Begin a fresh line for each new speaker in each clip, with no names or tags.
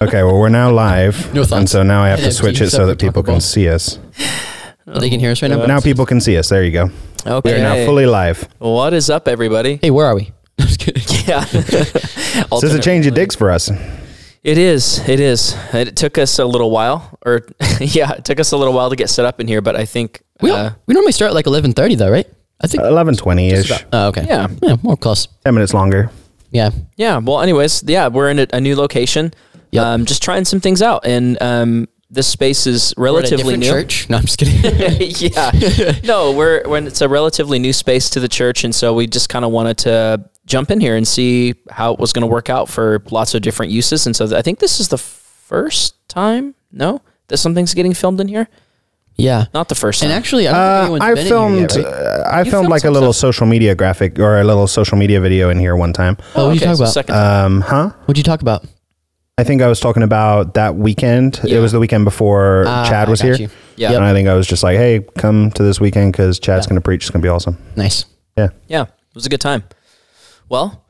Okay, well, we're now live.
No thoughts.
and so now I have
Yeah,
to switch
keep
it so that
separate
people can
talkable.
see us.
They can hear us right
Uh,
now.
now people can see us. There you go. We
Okay.
are now
Hey.
fully live.
What is up, everybody?
Hey, where are we? Just kidding.
Yeah.
This is a
Alternate-
change of digs for us.
It is. It is. It took us a little while, or yeah, it took us a little while to get set up in here, but I think.
We,
uh,
we normally start at like eleven thirty though, right? I think.
Eleven twenty ish.
oh, okay.
yeah.
Yeah, more close.
Ten minutes longer.
Yeah.
yeah. Well, anyways, yeah, we're in a, a new location.
Yep.
Um, just trying some things out, and um, this space is
We're at a
relatively
different
new.
Church. No, I'm just kidding.
yeah. No, we're when it's a relatively new space to the church, and so we just kind of wanted to jump in here and see how it was going to work out for lots of different uses. And so th- I think this is the first time. No, that something's getting filmed in here.
yeah.
Not the first time.
And actually, I don't think
Uh,
anyone's
I
been
filmed.
in here yet, right?
uh, I filmed
filmed
like a
some
little social media graphic or a little social media video in here one time.
Oh, what did you talk
so
about?
second
Um, huh?
What'd you talk about?
I think I was talking about that weekend.
Yeah.
It was the weekend before
Ah,
Chad
I
was
got
here.
you.
Yeah.
And I think I was just like, hey, come to this weekend because Chad's going to preach. It's going to be awesome.
Nice.
Yeah.
yeah, it was a good time. Well,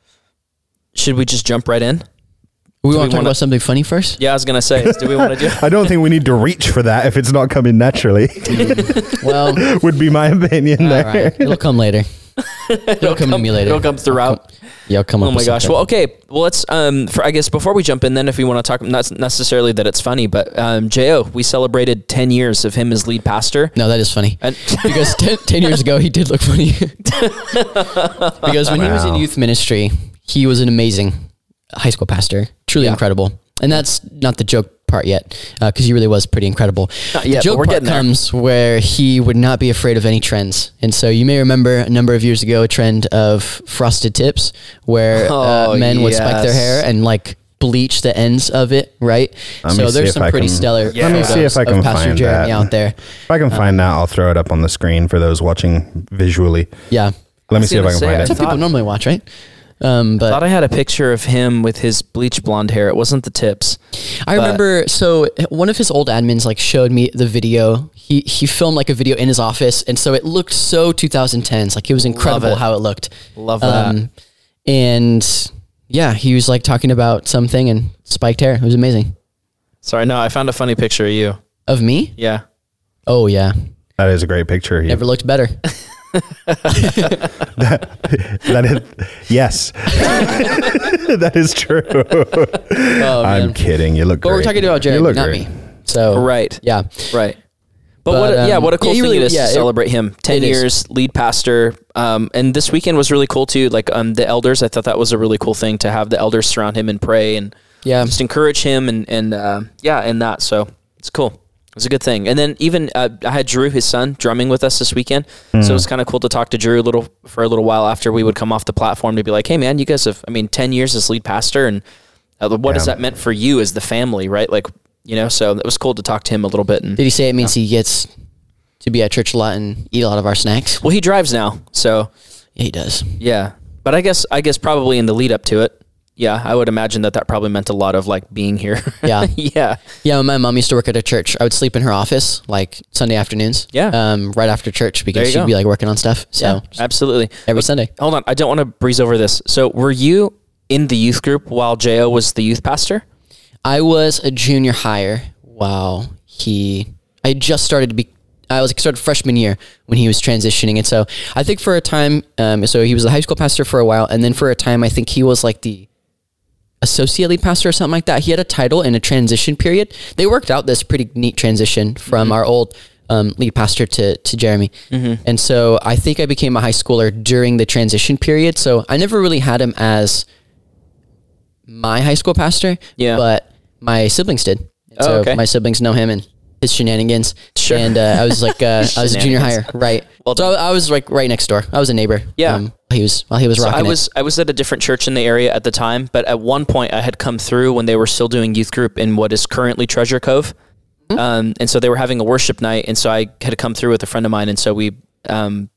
should we just jump right in?
We want
Do we
to talk
wanna-
about something funny first.
Yeah, I was gonna say, do we want to do?
I don't think we need to reach for that if it's not coming naturally,
Well, all
would be my opinion there.
right. It'll come later. It'll come to me later.
It'll come throughout.
Yeah, it'll come up
Oh my
with
gosh.
something.
Well, okay. Well, let's um for I guess before we jump in then if we want to talk not necessarily that it's funny, but um JO, we celebrated 10 years of him as lead pastor.
No, that is funny.
And
because ten, 10 years ago he did look funny because when he was in
Wow.
youth ministry he was an amazing high school pastor truly incredible and that's not the joke part yet because he really was pretty incredible
Not yet, but
the joke
we're
part
getting there.
comes where he would not be afraid of any trends and so you may remember a number of years ago a trend of frosted tips where
Oh,
uh, men would spike their
yes.
hair and like bleach the ends of it right
Let me
so
see
there's
if
some
I
pretty
can-
stellar
Let me see
photos
if I
of
can
pastor
find
jeremy
that.
out there
If I can find that, I'll throw it up on the screen for those watching visually.
yeah
Let me
was
see if I
gonna
can
say,
find
I
it.
That's what
thought-
people normally watch, right? Um, but
thought I had a picture of him with his bleach blonde hair. It wasn't the tips.
I remember so one of his old admins like showed me the video. He he filmed like a video in his office, and so it looked so 2010s. Like it was incredible
it.
how it looked. Um,
Love that.
and yeah, he was like talking about something and spiked hair. It was amazing.
Sorry, no, I found a funny picture of you.
Of me?
Yeah.
Oh yeah,
That is a great picture. Here.
never looked better.
That is, yes, that is true.
Oh,
I'm kidding. You look
Um, But
great.
we're talking about
You
Jeremy,
look
not
great.
me. So
Right.
yeah,
Right. But,
But,
what, a yeah,
um,
what a cool
yeah, you
thing it
really-
is
yeah,
to
it-
celebrate him. 10
it is.
years, lead pastor. Um, and this weekend was really cool too. Like um, the elders, I thought that was a really cool thing to have the elders surround him and pray and
yeah.
just encourage him and and uh, yeah and that so it's cool it's a good thing and then even uh, i had drew his son drumming with us this weekend so it was kind of cool to talk to drew a little for a little while after we would come off the platform to be like hey man you guys have i mean 10 years as lead pastor and uh, what has
Yeah.
that meant for you as the family right like you know so it was cool to talk to him a little bit and
Did he say it means he gets to be at church a lot and eat a lot of our snacks?
well he drives now so
Yeah, he does.
yeah but i guess i guess probably in the lead up to it yeah i would imagine that that probably meant a lot of like being here
Yeah.
yeah
Yeah, when my mom used to work at a church, I would sleep in her office like Sunday afternoons.
Yeah.
Um, right after church
There
because
you
she'd
go.
be like working on stuff. So just
absolutely
every Sunday.
hold on. I don't want to breeze over this. So, were you in the youth group while Jo was the youth pastor?
I was a junior higher while he I just started to be I was like started freshman year when he was transitioning. And so I think for a time, um, so he was the high school pastor for a while, and then for a time I think he was like the associate lead pastor or something like that. He had a title in a transition period. They worked out this pretty neat transition from
Mm-hmm.
our old um, lead pastor to, to Jeremy. And so I think I became a high schooler during the transition period. So I never really had him as my high school pastor,
Yeah.
but my siblings did.
Oh,
so
okay.
my siblings know him and his shenanigans.
Sure.
And uh, I was like, uh, I was a junior higher, right?
Well
so I, I was like right next door. I was a neighbor.
Yeah.
he was while he was rocking
I
it.
was I was at a different church in the area at the time, but at one point I had come through when they were still doing youth group in what is currently Treasure Cove,
Hmm?
um, and so they were having a worship night, and so I had come through with a friend of mine, and so we um,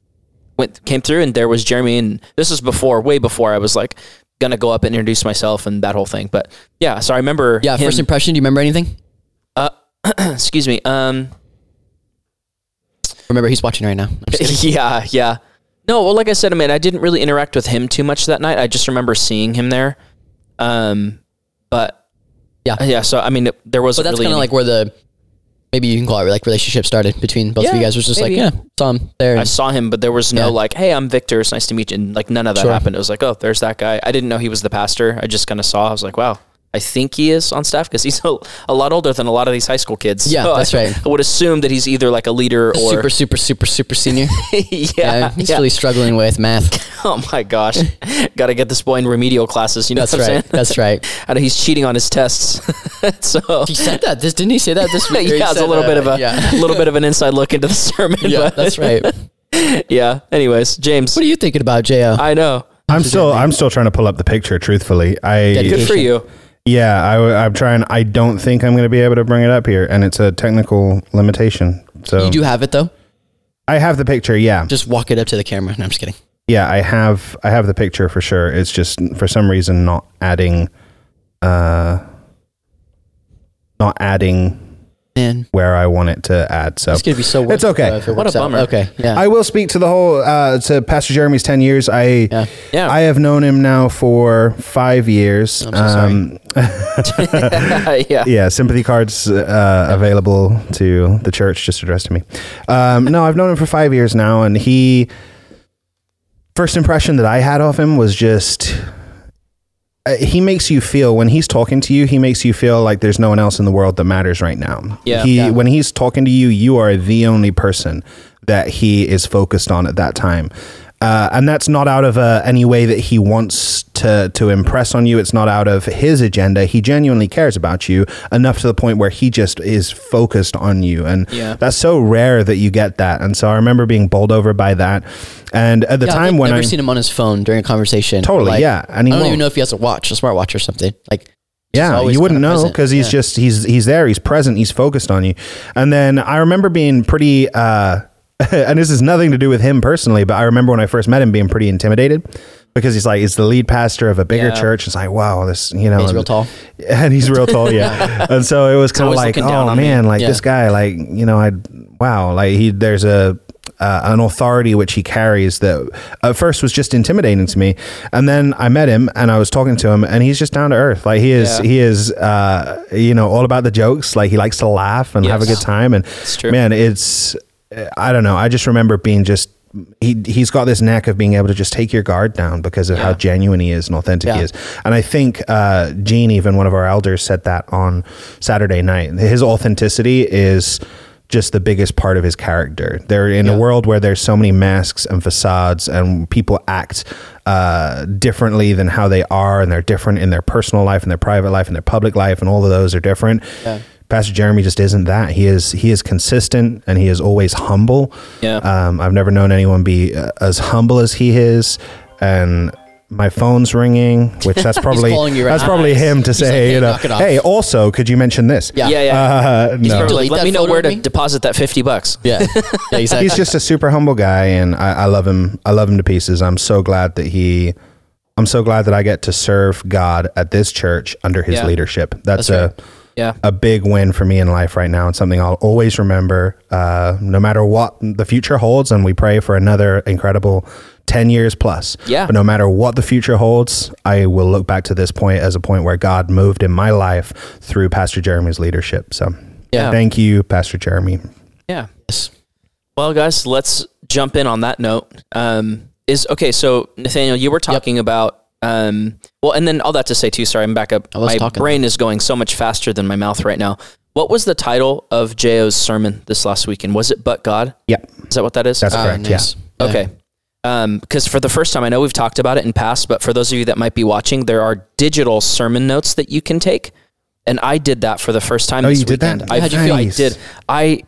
went came through, and there was Jeremy, and this was before, way before I was like gonna go up and introduce myself and that whole thing, but yeah, so I remember
Yeah,
him-
first impression. Do you remember anything?
excuse me, um,
Remember, he's watching right now. I'm just kidding.
yeah, yeah. No, well, like I said, I mean, I didn't really interact with him too much that night. I just remember seeing him there. Um, but
Yeah.
yeah. So I mean, there
But
wasn't
that's
really
kind of
any-
like where the maybe you can call it like relationship started between both of you
Yeah,
guys. It was just
maybe.
like yeah, saw him there.
I saw him, but there was no
Yeah.
like, "Hey, I'm Victor. It's nice to meet you." And like none of that
Sure.
happened. It was like, "Oh, there's that guy." I didn't know he was the pastor. I just kind of saw. I was like, "Wow." I think he is on staff because he's a, a lot older than a lot of these high school kids.
Yeah,
I-
that's right.
I would assume that he's either like a leader or
super super super super senior.
yeah,
he's
yeah.
really struggling with math.
Oh my gosh, got to get this boy in remedial classes. You know
That's
what I'm
right.
saying?
That's right.
And he's cheating on his tests. so
He said that. This didn't he say that this week? Or he
yeah, it's a
said,
little
uh,
bit of a
yeah.
little bit of an inside look into the sermon.
yeah,
but-
that's right. What
yeah. Anyways, James,
are you thinking about, Jo?
I know.
I'm still I'm still trying to pull up the picture. Truthfully, I
Good for you.
yeah I, am trying. I don't think I'm going to be able to bring it up here, and it's a technical limitation. So
you do have it though.
I have the picture. Yeah,
Just walk it up to the camera. No, I'm just kidding.
yeah. I have I have the picture for sure. It's just for some reason not adding, uh, not adding
Man,
where I want it to add. So
it's gonna be so.
It's
worth it,
okay.
though, if it
What a
works out.
bummer.
Okay. Yeah.
I will speak to the whole uh, to Pastor Jeremy's ten years. I
Yeah.
Yeah.
I have known him now for five years. Um,
so sorry.
yeah.
yeah, sympathy cards uh, available to the church just addressed to me. Um, no, I've known him for five years now, and he first impression that I had of him was just uh, he makes you feel when he's talking to you, he makes you feel like there's no one else in the world that matters right now.
Yeah.
he
Yeah.
when he's talking to you, you are the only person that he is focused on at that time. Uh, and that's not out of uh, any way that he wants to to impress on you. It's not out of his agenda. He genuinely cares about you enough to the point where he just is focused on you, and
Yeah.
that's so rare that you get that. And so I remember being bowled over by that. And at the
Yeah, I
time
think
when
I've
I
never seen him on his phone during a conversation.
Totally,
Like,
yeah, and he
I don't
won't.
even know if he has a watch, a smartwatch or something. Like,
Yeah,
always
you wouldn't
kinda
know
present.
because he's just he's he's there, he's present, he's focused on you. And then I remember being pretty uh and this is nothing to do with him personally, but I remember when I first met him being pretty intimidated because he's like he's the lead pastor of a bigger
Yeah.
church. It's like, wow, this you know
he's
and-
real tall.
And he's real tall, yeah. and so it was kind of
always
like,
looking down
oh
on me.
man, like
Yeah.
this guy, like, you know, I wow, like he there's a uh, an authority which he carries that at first was just intimidating to me, and then I met him and I was talking to him, and he's just down to earth. Like he is,
Yeah.
he is, uh, you know, all about the jokes. Like he likes to laugh and have a
Yes.
good time. And
true.
man, it's I don't know. I just remember being just he he's got this knack of being able to just take your guard down because of how genuine he is and authentic he
Yeah.
is. And I think uh, Gene, even one of our elders, said that on Saturday night. His authenticity is just the biggest part of his character. They're in a world where there's so many masks and facades, and people act uh, differently than how they are, and they're different in their personal life, and their private life, and their public life, and all of those are different. Pastor Jeremy just isn't that. He is he is consistent and he is always humble.
Yeah.
Um, I've never known anyone be uh, as humble as he is, and my phone's ringing, which that's probably
calling you right
that's
now.
probably him to say,
like, "Hey,
you know,
knock it off."
hey. Also, could you mention this?
Yeah.
Yeah. Yeah.
Uh, no.
Probably
Delete
like, let
that
me know
photo
where
of
to
me?
deposit that 50 bucks.
Yeah. yeah exactly.
he's just a super humble guy, and I, I love him. I love him to pieces. I'm so glad that he. I'm so glad that I get to serve God at this church under His
Yeah.
leadership. That's,
That's right.
a
Yeah.
a big win for me in life right now, and something I'll always remember, uh, no matter what the future holds. And we pray for another incredible ten years plus.
Yeah.
But no matter what the future holds, I will look back to this point as a point where God moved in my life through Pastor Jeremy's leadership. So,
Yeah.
thank you, Pastor Jeremy.
Yeah.
Yes.
Well, guys, let's jump in on that note. Um, is okay. So, Nathaniel, you were talking about um, well, and then all that to say too. Sorry, I'm back up.
I was
my
talking.
brain is going so much faster than my mouth right now. What was the title of Jo's sermon this last weekend? Was it "But God"?
Yep,
Is that what that is? Uh,
that's
Ah,
correct. Yeah.
nice. Yeah.
Okay. Because for the first time, I know we've talked about it in past, but for those of you that might be watching, there are digital sermon notes that you can take, and I did that for the first time.
Oh,
this
you did that?
weekend. I,
How'd you feel?
I did. I,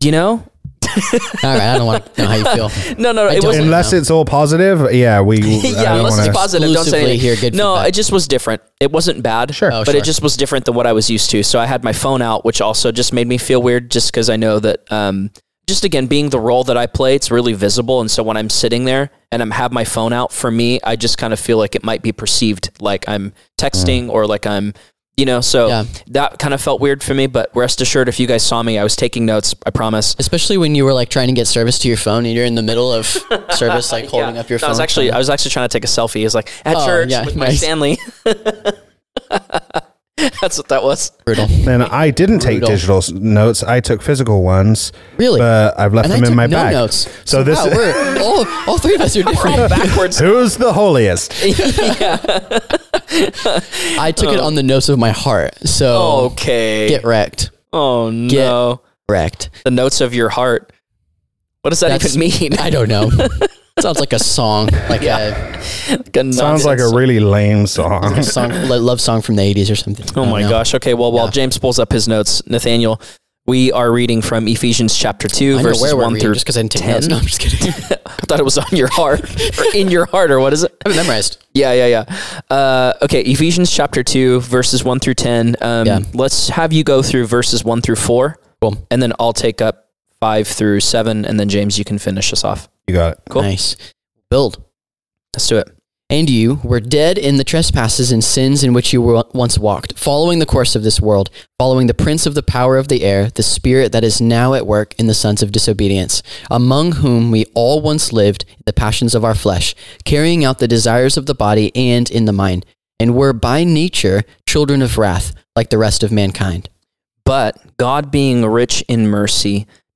you know,
All right. I don't want to know how you feel.
no, no, no it
don't
was
know.
Unless it's all positive, yeah, we. I
yeah,
don't
unless
wanna-
it's positive, don't say
exclusively
anything.
hear good
no,
feedback.
it just was different. It wasn't bad,
Sure.
Oh,
but
sure.
it just was different than what I was used to. So I had my phone out, which also just made me feel weird, just because I know that, um, just again, being the role that I play, it's really visible. And so when I'm sitting there and I'm have my phone out, for me, I just kind of feel like it might be perceived like I'm texting or like I'm. You know, so
Mm. Yeah.
that kind of felt weird for me, but rest assured, if you guys saw me, I was taking notes. I promise.
Especially when you were like trying to get service to your phone and you're in the middle of service, like holding
Yeah.
up your
No,
phone.
I was actually, I was actually trying to take a selfie. It's like at
Oh,
church
yeah,
with my
nice.
Stanley. That's what that was.
Brutal.
And I didn't take
Brutal.
digital s- notes. I took physical ones.
Really?
But I've left
And I
them in
took
my
no
bag.
notes.
So, this
Wow, we're all, all three of us are different.
Backwards.
Who's the holiest?
I took it
Oh.
on the notes of my heart. So
Okay.
get wrecked.
oh no.
Wrecked.
The notes of your heart. What does that
That's-
even mean?
I don't know. Sounds like a song, like
Like a
Sounds like a
nonsense.
really lame
a
song.
song, lo- love song from the '80s or something. I
Oh
don't
my
know.
gosh. Okay. Well, while James pulls up his notes, Nathaniel, we are reading from Ephesians chapter two,
I know
verses
where we're
one
reading
through
just because I didn't take notes.
ten.
No, I'm just kidding. I
I thought it was on your heart or in your heart or what is it?
haven't memorized.
Yeah, yeah, yeah. Uh, okay, Ephesians chapter 2, verses 1 through 10. Um,
Yeah.
Let's have you go through verses 1 through 4,
Cool.
and then I'll take up 5 through 7, and then James, you can finish us off.
you got it.
Cool.
Nice. Build.
Let's do it.
And you were dead in the trespasses and sins in which you were once walked, following the course of this world, following the prince of the power of the air, the spirit that is now at work in the sons of disobedience, among whom we all once lived in the passions of our flesh, carrying out the desires of the body and in the mind, and were by nature children of wrath, like the rest of mankind.
But God being rich in mercy,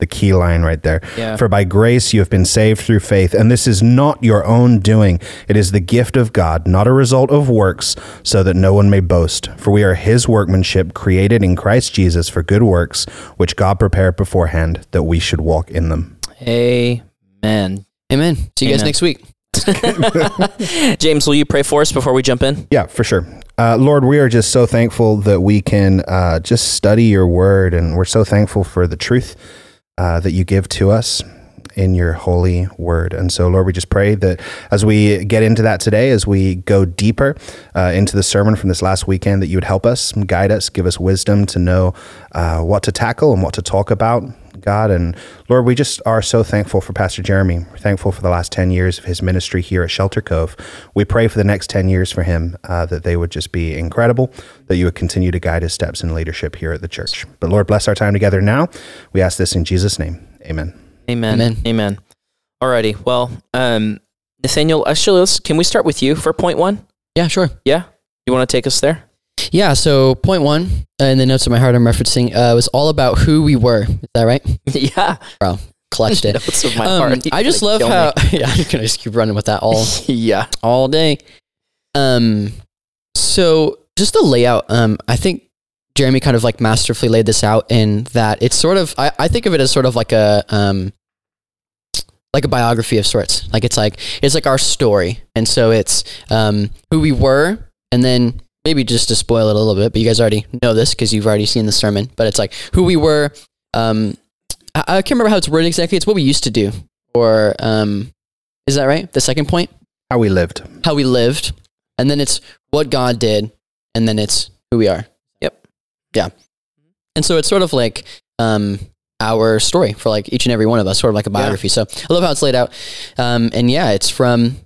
the key line right there.
Yeah.
For by grace you have been saved through faith, and this is not your own doing. It is the gift of God, not a result of works, so that no one may boast. For we are his workmanship, created in Christ Jesus for good works, which God prepared beforehand that we should walk in them.
Amen.
Amen. See you guys
Amen.
next week.
James, will you pray for us before we jump in?
Yeah, for sure. Uh, Lord, we are just so thankful that we can uh, just study your word, and we're so thankful for the truth uh, that you give to us in your holy word. And so, Lord, we just pray that as we get into that today, as we go deeper uh, into the sermon from this last weekend, that you would help us, guide us, give us wisdom to know uh, what to tackle and what to talk about. God and Lord, we just are so thankful for Pastor Jeremy. We're thankful for the last 10 years of his ministry here at Shelter Cove. We pray for the next 10 years for him uh, that they would just be incredible, that you would continue to guide his steps in leadership here at the church. But Lord, bless our time together now. We ask this in Jesus' name. Amen.
Amen.
Amen.
Amen. Alrighty. Well, um, Nathaniel, actually, let's, can we start with you for point one?
Yeah, sure.
Yeah. You want to take us there?
Yeah, so point one uh, in the notes of my heart I'm referencing uh, was all about who we were. Is that right?
yeah.
Clutched it.
Notes of my
Um,
heart.
I
You're
just
gonna
love
kill me.
how yeah, I'm gonna just keep running with that all
yeah.
all day. Um, so just the layout. Um, I think Jeremy kind of like masterfully laid this out in that it's sort of I, I think of it as sort of like a um like a biography of sorts. Like it's like it's like our story, and so it's um who we were, and then maybe just to spoil it a little bit, but you guys already know this because you've already seen the sermon. But it's like who we were. Um, I, I can't remember how it's worded exactly. It's what we used to do, or um, is that right? The second point
How we lived.
how we lived, and then it's what God did, and then it's who we are.
Yep.
Yeah. And so it's sort of like um, our story for like each and every one of us, sort of like a biography. So I love how it's laid out. Um, and yeah, it's from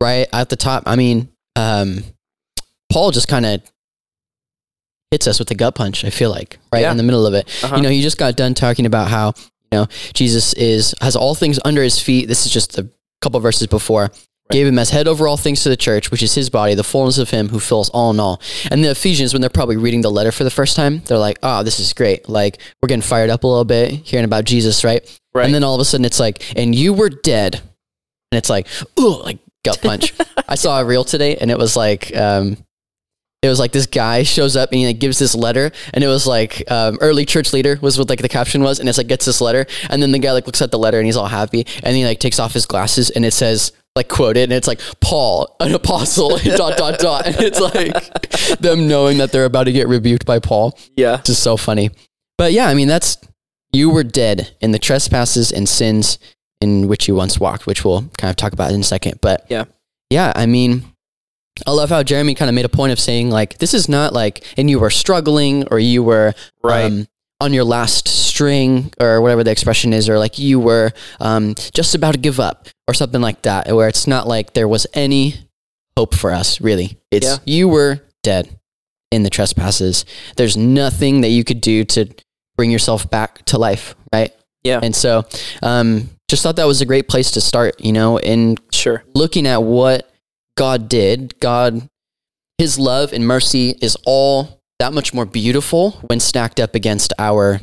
right at the top. I mean, um, Paul just kind of hits us with the gut punch, I feel like, right
Yeah.
in the middle of it.
Uh-huh.
You know, he just got done talking about how, you know, Jesus is has all things under his feet. This is just a couple verses before. Gave him as head over all things to the church, which is his body, the fullness of him who fills all in all. And the Ephesians, when they're probably reading the letter for the first time, they're like, oh, this is great. Like, we're getting fired up a little bit, hearing about Jesus, right?
Right.
And then all of a sudden it's like, and you were dead. And it's like, ooh, like gut punch. I saw a reel today and it was like, um, it was like this guy shows up and he like gives this letter and it was like um, early church leader was what like the caption was and it's like gets this letter and then the guy like looks at the letter and he's all happy and he like takes off his glasses and it says like quoted and it's like Paul an apostle dot dot dot and it's like them knowing that they're about to get rebuked by Paul
yeah.
it's just so funny. But yeah, I mean, that's you were dead in the trespasses and sins in which you once walked, which we'll kind of talk about in a second. But
Yeah.
yeah, I mean, I love how Jeremy kind of made a point of saying like this is not like and you were struggling or you were
Right.
um, on your last string or whatever the expression is, or like you were um, just about to give up or something like that, where it's not like there was any hope for us, really. It's
Yeah.
you were dead in the trespasses. There's nothing that you could do to bring yourself back to life, right?
Yeah.
And so, um, just thought that was a great place to start, you know, and
Sure.
looking at what God did, God, His love and mercy is all that much more beautiful when stacked up against our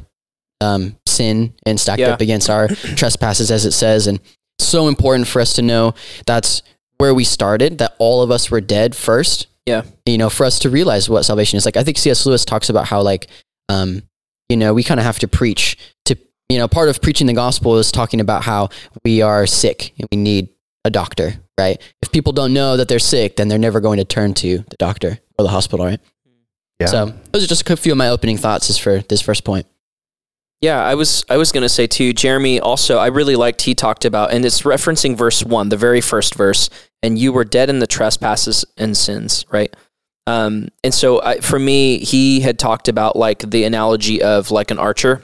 um, sin and stacked
Yeah.
up against our trespasses, as it says. And so important for us to know that's where we started, that all of us were dead first.
Yeah.
You know, for us to realize what salvation is. Like, I think C.S. Lewis talks about how, like, um, you know, we kind of have to preach to, you know, part of preaching the gospel is talking about how we are sick and we need a doctor, right? If people don't know that they're sick, then they're never going to turn to the doctor or the hospital, right?
Yeah.
So those are just a few of my opening thoughts is for this first point.
Yeah, I was I was gonna say too, Jeremy also I really liked he talked about and it's referencing verse one, the very first verse, and you were dead in the trespasses and sins, right? Um, and so I, for me, he had talked about like the analogy of like an archer,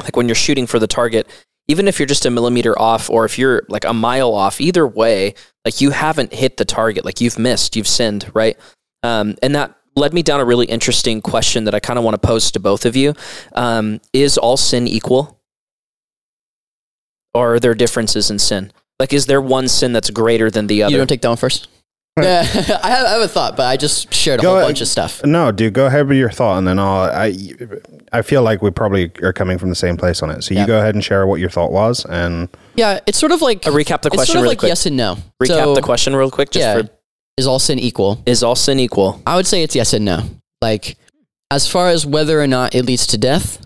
like when you're shooting for the target, even if you're just a millimeter off or if you're like a mile off, either way, like you haven't hit the target, like you've missed, you've sinned, right? Um, and that led me down a really interesting question that I kind of want to pose to both of you. Um, is all sin equal? Or are there differences in sin? Like, is there one sin that's greater than the
You
other?
don't take that one first? Yeah, I have, I have a thought, but I just shared a
Go
whole
ahead.
bunch of
Uh,
stuff.
No, dude, go ahead with your thought, and then I'll. I, I feel like we probably are coming from the same place on it. So you
Yeah.
go ahead and share what your thought was, and
Yeah, it's sort of like
Uh, recap the
it's
question
sort of
really
like
quick.
yes and no.
Recap
So,
the question real quick. Just
yeah.
for,
Is all sin equal?
is all sin equal?
I would say it's yes and no. Like, as far as whether or not it leads to death,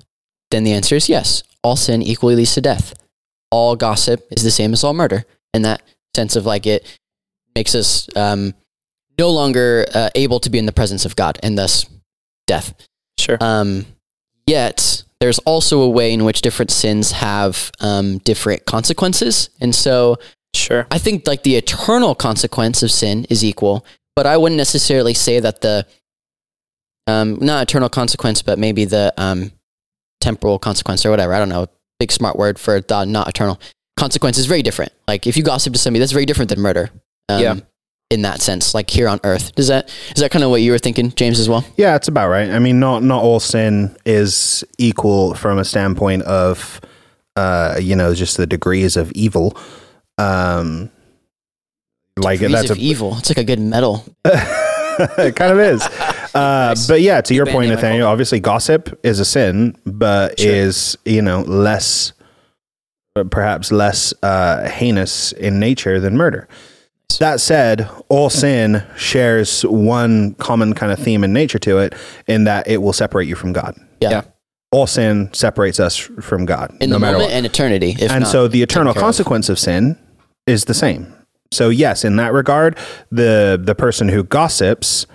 then the answer is yes. All sin equally leads to death. All gossip is the same as all murder. In that sense of like, it makes us um, no longer uh, able to be in the presence of God and thus death.
Sure.
Um, yet there's also a way in which different sins have um, different consequences, and so
sure.
I think like the eternal consequence of sin is equal, but I wouldn't necessarily say that the um, not eternal consequence, but maybe the um, temporal consequence or whatever. I don't know. Big smart word for the not eternal consequence is very different. Like if you gossip to somebody, that's very different than murder. Um,
Yeah.
In that sense, like here on earth, does that is that kind of what you were thinking, James, as well?
Yeah, it's about right. I mean, not not all sin is equal from a standpoint of, uh, you know, just the degrees of evil. Um, like
Degrees
that's
of
a,
evil. It's like a good metal.
it kind of is. Uh, But yeah, to your
band
point,
name,
Nathaniel, obviously gossip is a sin, but
Sure.
is you know less, uh, perhaps less uh, heinous in nature than murder. That said, all sin shares one common kind of theme in nature to it, in that it will separate you from God.
Yeah.
Yeah.
All sin separates us from God,
In
no
the
matter
moment
what
and eternity. If
and
not.
so the eternal
care of.
consequence of sin is the same. So yes, in that regard, the the person who gossips,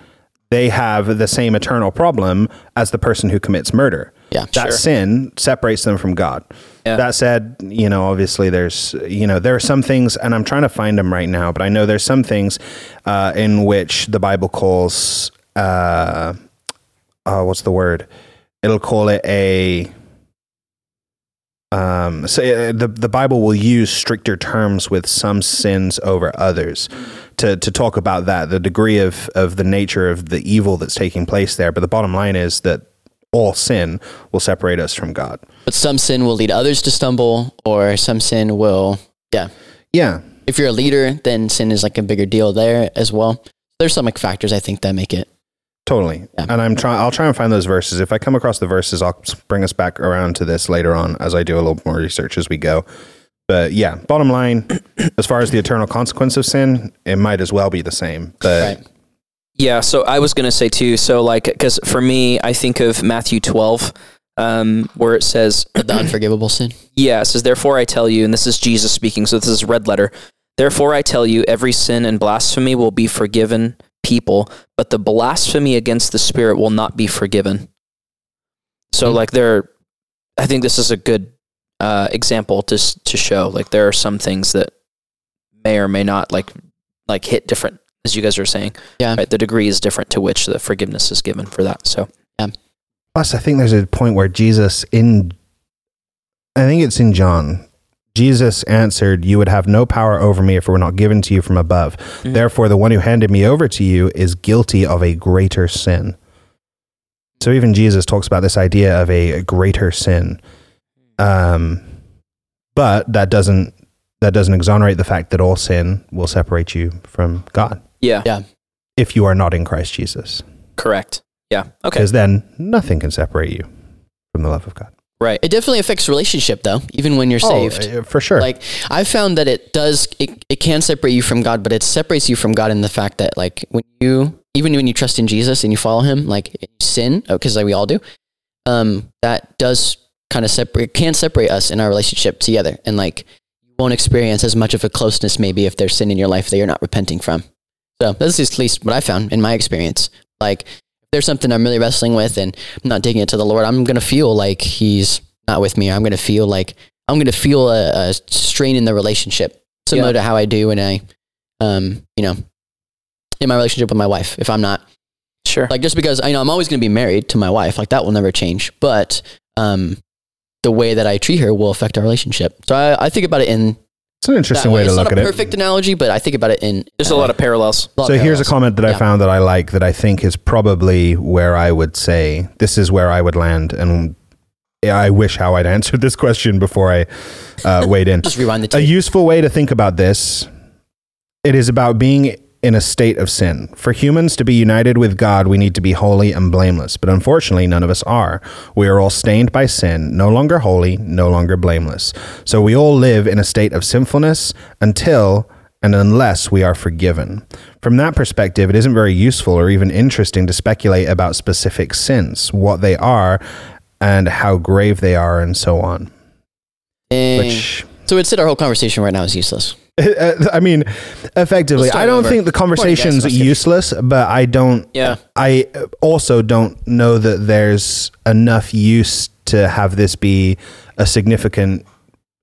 they have the same eternal problem as the person who commits murder.
Yeah.
That sin separates them from God.
Yeah.
That said, you know, obviously there's, you know, there are some things, and I'm trying to find them right now, but I know there's some things uh, in which the Bible calls, uh, uh, what's the word? It'll call it a, um, so uh, the the Bible will use stricter terms with some sins over others to to talk about that the degree of of the nature of the evil that's taking place there. But the bottom line is that all sin will separate us from God.
but some sin will lead others to stumble, or some sin will, yeah.
Yeah,
If you're a leader, then sin is like a bigger deal there as well. There's some like factors I think that make it.
totally.
Yeah.
And I'm trying. I'll try and find those verses. If I come across the verses, I'll s- bring us back around to this later on as I do a little more research as we go. But yeah, bottom line, as far as the eternal consequence of sin, it might as well be the same. But
Right.
Yeah. So I was going to say too. So, like, because for me, I think of Matthew 12, um, where it says,
The unforgivable sin.
Yeah, it says, Therefore I tell you, and this is Jesus speaking, so this is red letter. Therefore I tell you, every sin and blasphemy will be forgiven people, but the blasphemy against the Spirit will not be forgiven. So,
Mhm.
like, there, I think this is a good uh, example to s- to show. Like, there are some things that may or may not like like hit different, as you guys are saying.
Yeah.
right. The degree is different to which the forgiveness is given for that. So,
Plus, I think there's a point where Jesus in, I think it's in John. Jesus answered, "You would have no power over me if it were not given to you from above. Therefore, the one who handed me over to you is guilty of a greater sin." So even Jesus talks about this idea of a greater sin, um, but that doesn't that doesn't exonerate the fact that all sin will separate you from God
Yeah,
Yeah.
if you are not in Christ Jesus,
correct. Yeah. Okay.
because then nothing can separate you from the love of God.
Right.
It definitely affects relationship though, even when you're saved.
Oh, uh, for sure.
Like I found that it does it, it can separate you from God, but it separates you from God in the fact that like when you even when you trust in Jesus and you follow him, like sin, because like we all do, um, that does kind of separate can separate us in our relationship together and like you won't experience as much of a closeness maybe if there's sin in your life that you're not repenting from. So that's just at least what I found in my experience. Like if there's something I'm really wrestling with and I'm not taking it to the Lord, I'm gonna feel like he's not with me. I'm gonna feel like I'm gonna feel a, a strain in the relationship, similar
Yeah.
to how I do when I, um, you know, in my relationship with my wife. If I'm not
Sure.
like, just because I know I'm always gonna be married to my wife, like that will never change. But um, the way that I treat her will affect our relationship. So I, I think about it in
it's an
that
interesting
way.
way to
it's
look
not
at
a
it.
perfect analogy, but I think about it in
There's a lot of parallels.
So here's a comment that I
Yeah.
found that I like that I think is probably where I would say this is where I would land, and I wish how I'd answered this question before I uh, weighed in.
Just rewind the
a
tape.
useful way to think about this it is about being in a state of sin for humans to be united with god we need to be holy and blameless but unfortunately none of us are we are all stained by sin no longer holy no longer blameless so we all live in a state of sinfulness until and unless we are forgiven from that perspective it isn't very useful or even interesting to speculate about specific sins what they are and how grave they are and so on
Dang.
which
so we'd said our whole conversation right now is useless.
Uh, I mean, effectively,
Let's start
I don't
over.
think the conversation's
Let's get-
useless, but I don't.
Yeah.
I also don't know that there's enough use to have this be a significant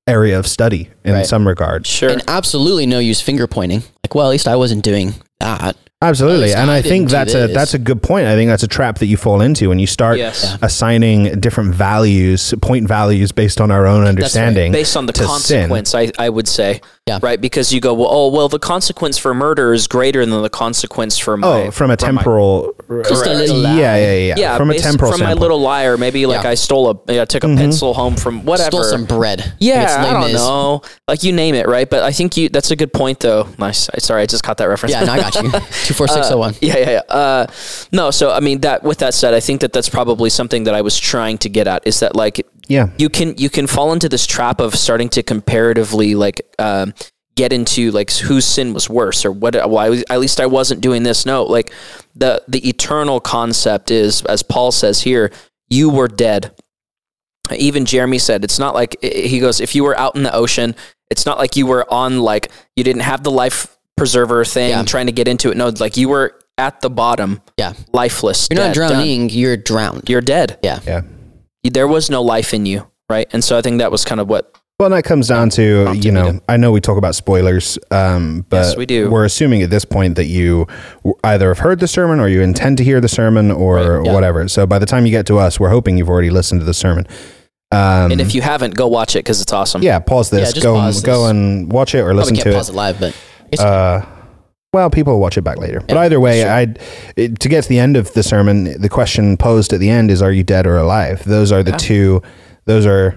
area of study in
Right.
some regard.
Sure.
And absolutely no use finger pointing. Like, well, at least I wasn't doing that.
Absolutely,
least
and
I
I think
didn't do
that's a
this.
that's a good point. I think that's a trap that you fall into when you start
Yes. Yeah.
assigning different values, point values based on our own understanding.
based on the
to sin.
consequence I, I would say
Yeah.
right because you go well oh well the consequence for murder is greater than the consequence for my
Oh, from a
for my-
temporal,
Just a little
yeah,
lie.
yeah, yeah,
yeah
from a
based-
temporal
from
standpoint. Mm-hmm.
my little liar maybe like
Yeah.
I stole a I took a pencil home from whatever
Stole some bread.
yeah
Its
I
name
don't
is-
know like you name it right but I think you that's a good point though nice I- sorry I just caught that reference
Yeah, no, I got you. Two four six zero one.
yeah yeah yeah uh, no so I mean that with that said I think that that's probably something that I was trying to get at is that like
yeah,
you can you can fall into this trap of starting to comparatively like um, get into like whose sin was worse or what well, I was- at least I wasn't doing this no like the the eternal concept is as Paul says here you were dead even Jeremy said it's not like he goes if you were out in the ocean it's not like you were on like you didn't have the life preserver thing
Yeah.
trying to get into it no like you were at the bottom
Yeah.
lifeless
You're not
dead, done.
drowning. You're drowned.
you're dead
yeah.
there was no life in you right and so I think that was kind of what
Well, and that comes down to you know. I know we talk about spoilers, um, but
Yes, we do.
We're assuming at this point that you w- either have heard the sermon or you intend to hear the sermon or
Right, yeah.
whatever. So by the time you get to us, we're hoping you've already listened to the sermon. Um,
And if you haven't, go watch it because it's awesome.
yeah, pause
Yeah,
this.
just
go and
pause
go
this.
and watch it or
Probably
listen
can't
to it.
pause it live, but it's
Uh, well, people will watch it back later. but either way, I'd, it, to get to the end of the sermon, the question posed at the end is, "Are you dead or alive?" Those are the two. Those are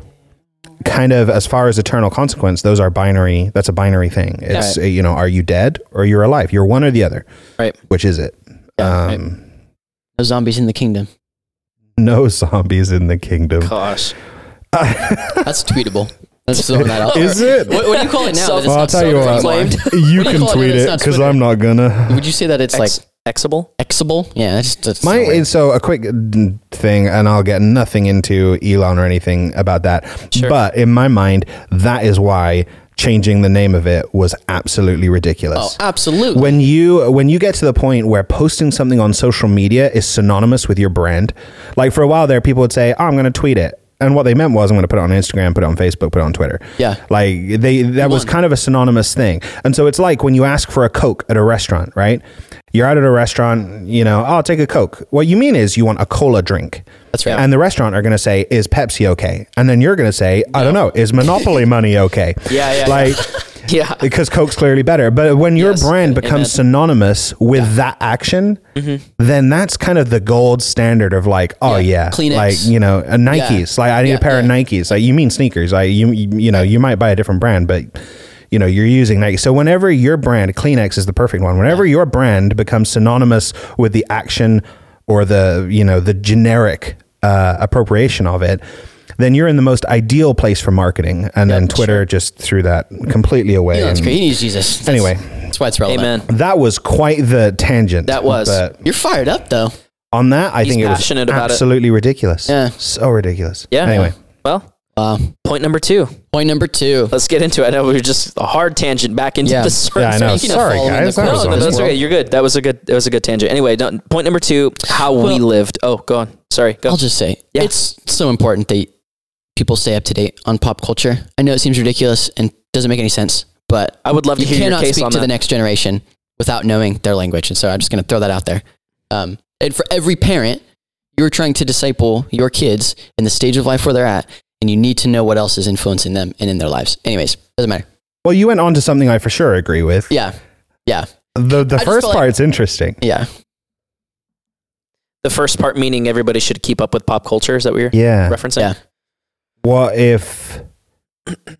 kind of as far as eternal consequence. Those are binary. That's a binary thing. It's uh, you know, are you dead or you're alive? You're one or the other.
Right.
Which is it?
Yeah,
um,
right. no zombies in the kingdom.
No zombies in the kingdom.
Gosh.
That's tweetable. Let's throw that out.
Is it?
What, what do you call it now?
Self-
that it's
Well, I'll
not
tell you what.
self-proclaimed?
You
What do you
can
call it
tweet
if it's
it
not
because
Twitter?
I'm not gonna.
Would you say that it's like
Ex- Exable?
Xable? Yeah, that's, that's
My
not weird.
so a quick thing, and I'll get nothing into Elon or anything about that. But in my mind, that is why changing the name of it was absolutely
oh,
ridiculous.
absolutely.
When you when you get to the point where posting something on social media is synonymous with your brand, like for a while there, people would say, oh, "I'm going to tweet it." And what they meant was, I'm going to put it on Instagram, put it on Facebook, put it on Twitter.
Yeah.
Like they, that was kind of a synonymous thing. And so it's like when you ask for a Coke at a restaurant, right? You're out at a restaurant, you know, "Oh, I'll take a Coke. What you mean is you want a cola drink.
That's right.
And the restaurant are going to say, is Pepsi okay? And then you're going to say, I don't know, is Monopoly money okay?
Yeah, yeah, yeah.
Like,
Yeah.
because Coke's clearly better. But when your
Yes,
brand
amen.
becomes synonymous with that action, then that's kind of the gold standard of like, oh
Mm-hmm. Yeah,
yeah,
Kleenex.
like you know, a Nikes. Like I need
Yeah,
a pair of
yeah.
Nikes. Like you mean sneakers? Like you, you you know, you might buy a different brand, but you know, you're using Nike. So whenever your brand, Kleenex is the perfect one. Whenever your brand becomes synonymous with the action or the you know the generic uh, appropriation of it. Then you're in the most ideal place for marketing, and then Twitter just threw that completely away.
Yeah, that's
and-
great. You need Jesus. That's-
Anyway.
that's why it's relevant.
Amen.
that was quite the tangent.
That was.
But
You're fired up though.
on that, I think it was
passionate about it.
absolutely ridiculous.
Yeah.
So ridiculous.
Yeah.
Anyway,
Well,
Wow.
point number two.
Uh, Point number two.
Let's get into it. I know we were just a hard tangent back into
Yeah.
the service.
yeah, I know.
Speaking of
Sorry,
following
guys.
the
That
course
was
of
No, that's
awesome.
okay. You're good. That was a good. That was a good tangent. Anyway, no, point number two: how we
Well-
lived. Oh, go on. Sorry, go.
I'll just say
Yeah.
it's so important that people stay up to date on pop culture. I know it seems ridiculous and doesn't make any sense, but
I would love to
you
hear your
cannot
case
speak
on
to
that.
the next generation without knowing their language. And so I'm just going to throw that out there. Um, and for every parent, you're trying to disciple your kids in the stage of life where they're at, and you need to know what else is influencing them and in their lives. Anyways, doesn't matter.
Well, you went on to something I for sure agree with.
Yeah, yeah,
The the
just
first
feel like-
part's interesting.
yeah.
the first part meaning everybody should keep up with pop culture. Is that what you're
Yeah.
referencing?
Yeah.
What if?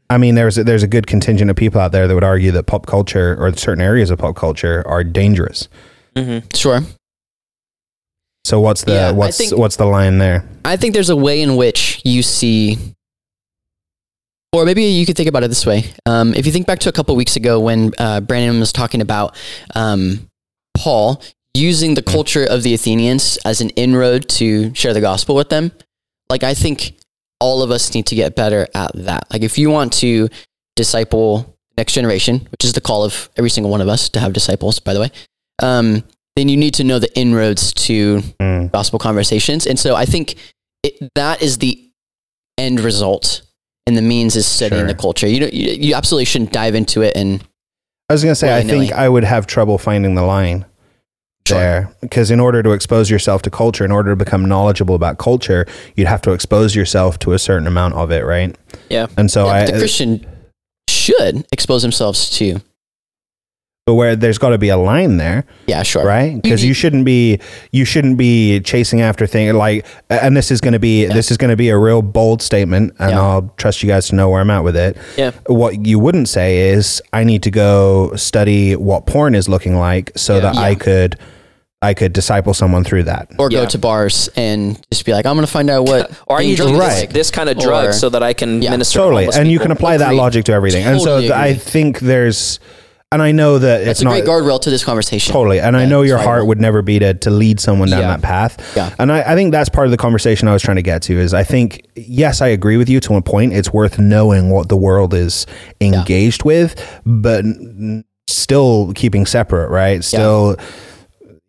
I mean, there's a, there's a good contingent of people out there that would argue that pop culture or certain areas of pop culture are dangerous.
Mm-hmm.
Sure.
So what's the
Yeah, I
what's
think-
what's the line there?
I think there's a way in which you see, or maybe you could think about it this way. Um, if you think back to a couple weeks ago when uh, Brandon was talking about um, Paul using the culture of the Athenians as an inroad to share the gospel with them, like I think all of us need to get better at that. Like if you want to disciple next generation, which is the call of every single one of us to have disciples, by the way, um, then you need to know the inroads to
Mm.
gospel conversations. And so I think it, that is the end result. And the means is studying
Sure.
the culture. You, don't, you you absolutely shouldn't dive into it. And
I was gonna say I think
Willy-nilly.
I would have trouble finding the line. there because in order to expose yourself to culture in order to become knowledgeable about culture you'd have to expose yourself to a certain amount of it right
Yeah.
and so
Yeah,
i
the Christian should expose themselves to.
but where there's got to be a line there
Yeah, sure.
right because
Mm-hmm.
you shouldn't be you shouldn't be chasing after things like and this is going to be this is going to be a real bold statement and
Yeah.
i'll trust you guys to know where i'm at with it
Yeah.
what you wouldn't say is i need to go study what porn is looking like so that i
Yeah.
could i could disciple someone through that
Or go
Yeah.
to bars and just be like, I'm going to find out what.
Or I
being
need to
drunk is
this,
like.
this kind of drug
Or-
so that I can
Yeah.
minister. to
totally
homeless
and you
people.
can apply that
Agreed.
logic to everything and so
Totally
th- i
agree.
think there's and i know that
That's
it's
a
not
great guardrail to this conversation.
totally and i
Yeah,
know
it's
your
right.
heart would never be to to lead someone down
Yeah.
that path
Yeah.
and I, I think that's part of the conversation i was trying to get to is i think yes i agree with you to a point it's worth knowing what the world is engaged with but n- still keeping separate right still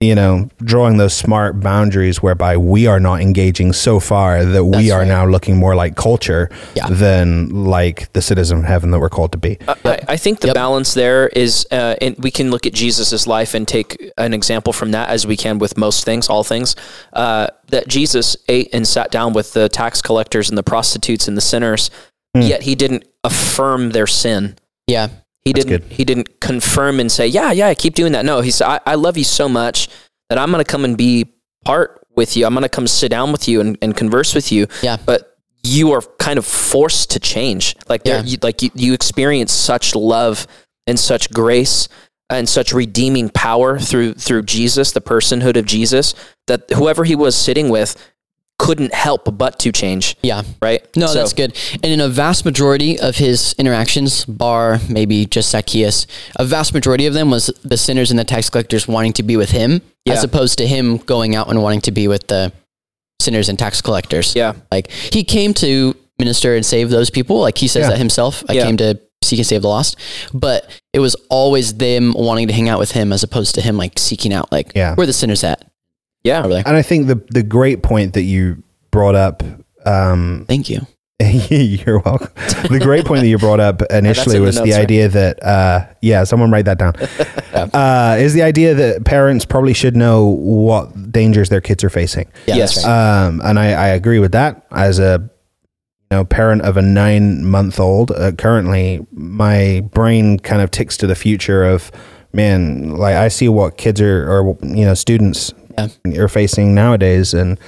You know, drawing those smart boundaries whereby we are not engaging so far that we
That's
are
right.
now looking more like culture
Yeah. Uh,
than like the citizen of heaven that we're called to be.
I, I think the
Yep.
balance there is, uh, and we can look at Jesus' life and take an example from that as we can with most things, all things. Uh, that Jesus ate and sat down with the tax collectors and the prostitutes and the sinners,
Hmm.
yet he didn't affirm their sin.
Yeah.
He didn't.
good.
He didn't confirm and say, "Yeah, yeah, I keep doing that." No, he said, "I, I love you so much that I'm going to come and be part with you. I'm going to come sit down with you and, and converse with you."
Yeah.
But you are kind of forced to change. Like, there,
Yeah.
you, like you, you experience such love and such grace and such redeeming power through through Jesus, the personhood of Jesus, that whoever he was sitting with couldn't help but to change.
Yeah.
Right.
No,
So-
that's good. And in a vast majority of his interactions, bar maybe just Zacchaeus, a vast majority of them was the sinners and the tax collectors wanting to be with him,
Yeah.
as opposed to him going out and wanting to be with the sinners and tax collectors.
Yeah.
Like he came to minister and save those people. Like he says
Yeah.
that himself. I
Yeah.
came to seek and save the lost. But it was always them wanting to hang out with him as opposed to him like seeking out like
Yeah.
where the sinners at
Yeah.
over there.
And I think the the great point that you brought up um,
Thank you.
You're welcome. The great point that you brought up initially
in the
was the,
notes, right?
idea that, uh, yeah, someone write that down. uh, is the idea that parents probably should know what dangers their kids are facing.
Yeah,
Yes.
that's right.
Um, and I, I agree with that. As a you know, parent of a nine month old, uh, currently my brain kind of ticks to the future of man, like I see what kids are, or you know, students
Yeah.
are facing nowadays, and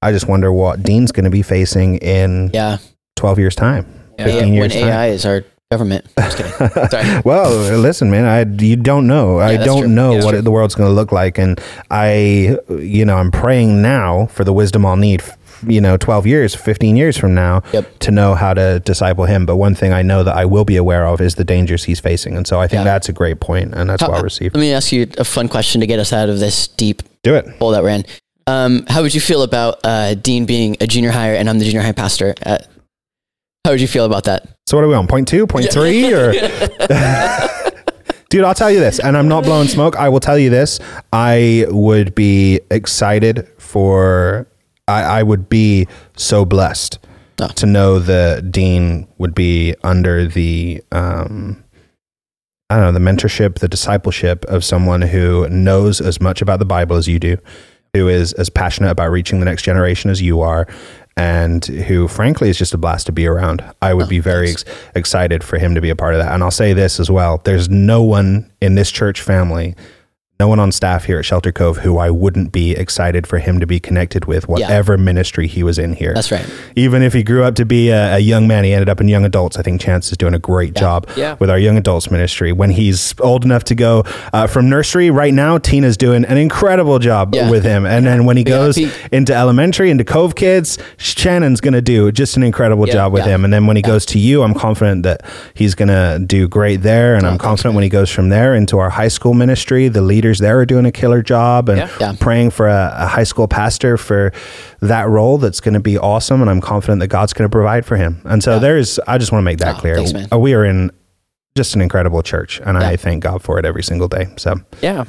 I just wonder what Dean's going to be facing in
yeah.
12 years time.
Yeah,
15
when
years time.
AI is our government. Just kidding. Sorry.
Well, listen, man. I you don't know. I
that's
don't
true.
know
Yeah.
what the world's going to look like, and I, you know, I'm praying now for the wisdom I'll need. f- You know, 12 years, 15 years from now,
Yep.
to know how to disciple him. But one thing I know that I will be aware of is the dangers he's facing, and so I think
Yeah.
that's a great point, and that's
How-
well received.
Uh, Let me ask you a fun question to get us out of this deep
Do it.
hole that we're in. Um, how would you feel about uh, Dean being a junior higher and I'm the junior high pastor? At, how would you feel about that?
So what are we on? Point two, point three, or dude, I'll tell you this, and I'm not blowing smoke. I will tell you this. I would be excited for. I, I would be so blessed
Oh.
to know that Dean would be under the. Um, I don't know the mentorship, the discipleship of someone who knows as much about the Bible as you do, who is as passionate about reaching the next generation as you are, and who, frankly, is just a blast to be around. I
Oh,
would be very ex- excited for him to be a part of that. And I'll say this as well there's no one in this church family, no one on staff here at Shelter Cove who I wouldn't be excited for him to be connected with, whatever ministry he was in here.
That's right.
Even if he grew up to be a, a young man, he ended up in young adults. I think Chance is doing a great job
Yeah.
with our young adults ministry. When he's old enough to go uh, from nursery, right now Tina's doing an incredible job
Yeah.
with him. And then when he
up
goes
Pete.
into elementary, into Cove Kids, Shannon's going to do just an incredible job with
yeah.
him. And then when he goes to you, I'm confident that he's going to do great there. And I'm confident when he goes from there into our high school ministry, the leaders there are doing a killer job. And
Yeah.
Yeah.
praying for a, a high school pastor for that role that's going to be awesome. And I'm confident that God's going to provide for him. And so there's, I just want to make that
Oh,
clear.
thanks, man.
Uh, we are in just an incredible church. And I
Yeah.
thank God for it every single day. So
Yeah.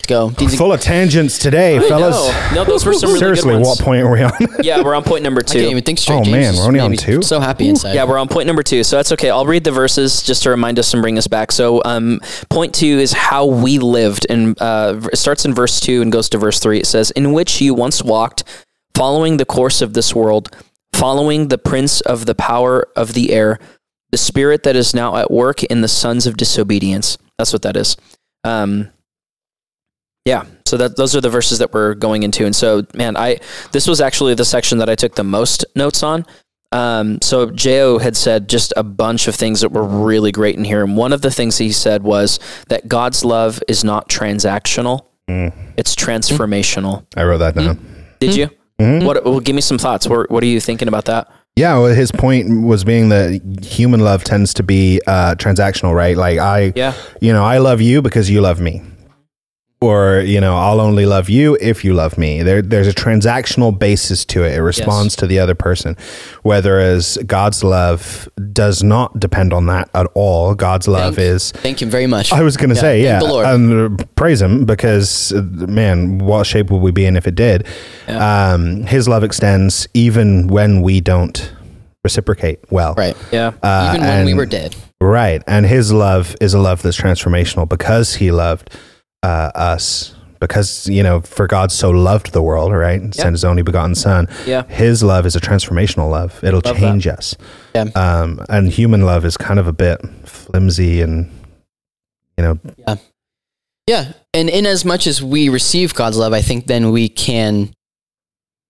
Let's go. Dean's
full of tangents today,
I
fellas.
know. No, those were some really
Seriously,
good
what
ones.
point are we on?
Yeah, we're on point number
I can't
two.
even think straight.
Oh,
James
man,
is
we're only on
maybe
two?
So happy inside.
Yeah, we're on point number two, so that's okay. I'll read the verses just to remind us and bring us back. So, um, point two is how we lived, and uh, v- it starts in verse two and goes to verse three. It says, "In which you once walked, following the course of this world, following the prince of the power of the air, the spirit that is now at work in the sons of disobedience." That's what that is. Um, yeah, so that those are the verses that we're going into, and so man, I this was actually the section that I took the most notes on. Um, so Jo had said just a bunch of things that were really great in here, and one of the things he said was that God's love is not transactional; it's transformational.
I wrote that down.
Did you? What? Well, give me some thoughts. What, what are you thinking about that?
Yeah, well, his point was being that human love tends to be uh, transactional, right? Like I,
Yeah.
you know, I love you because you love me, or you know, I'll only love you if you love me. There, there's a transactional basis to it. It responds to the other person. Whereas God's love does not depend on that at all. God's love is
Thank you very much.
I was going to say, yeah,
thank the Lord.
and uh, praise him because uh, man, what shape would we be in if it did? Um, his love extends even when we don't reciprocate well,
right.
Yeah.
Uh,
Even when we
and-
were dead.
right. And his love is a love that's transformational because he loved uh, us. Because you know, for God so loved the world, right? and Sent His only begotten Son.
Yeah.
His love is a transformational love. It'll change us.
Yeah.
Um, and human love is kind of a bit flimsy and you know
Yeah. And in as much as we receive God's love, I think then we can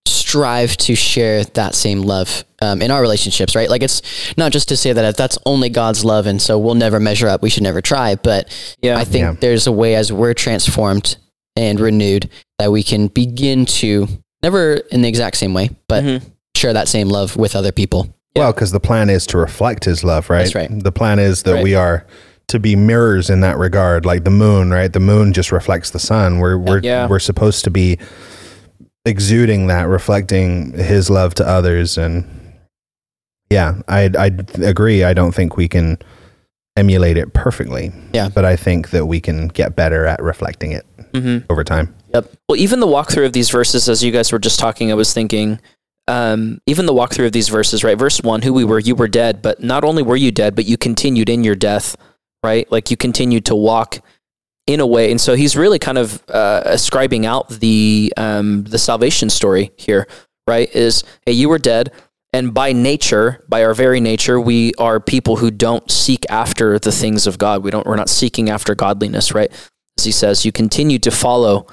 strive to share that same love um, in our relationships, right? Like it's not just to say that that's only God's love and so we'll never measure up, we should never try. But
Yeah.
I think
Yeah.
there's a way as we're transformed and renewed that we can begin to never in the exact same way, but
Mhm.
share that same love with other people.
Well, because the plan is to reflect his love, right?
That's right.
The plan is that
Right.
we are to be mirrors in that regard, like the moon, right? The moon just reflects the sun. We're we're
Yeah.
we're supposed to be exuding that, reflecting his love to others, and yeah, I I agree. I don't think we can emulate it perfectly.
Yeah.
but I think that we can get better at reflecting it
Mm-hmm.
over time.
Yep.
Well, even the walkthrough of these verses, as you guys were just talking, I was thinking um, even the walkthrough of these verses, right? Verse one, who we were, you were dead, but not only were you dead, but you continued in your death, right? Like you continued to walk in a way. And so he's really kind of uh, ascribing out the um, the salvation story here, right? Is hey, you were dead, and by nature, by our very nature, we are people who don't seek after the things of God. We don't. We're not seeking after godliness, right? As he says, you continue to follow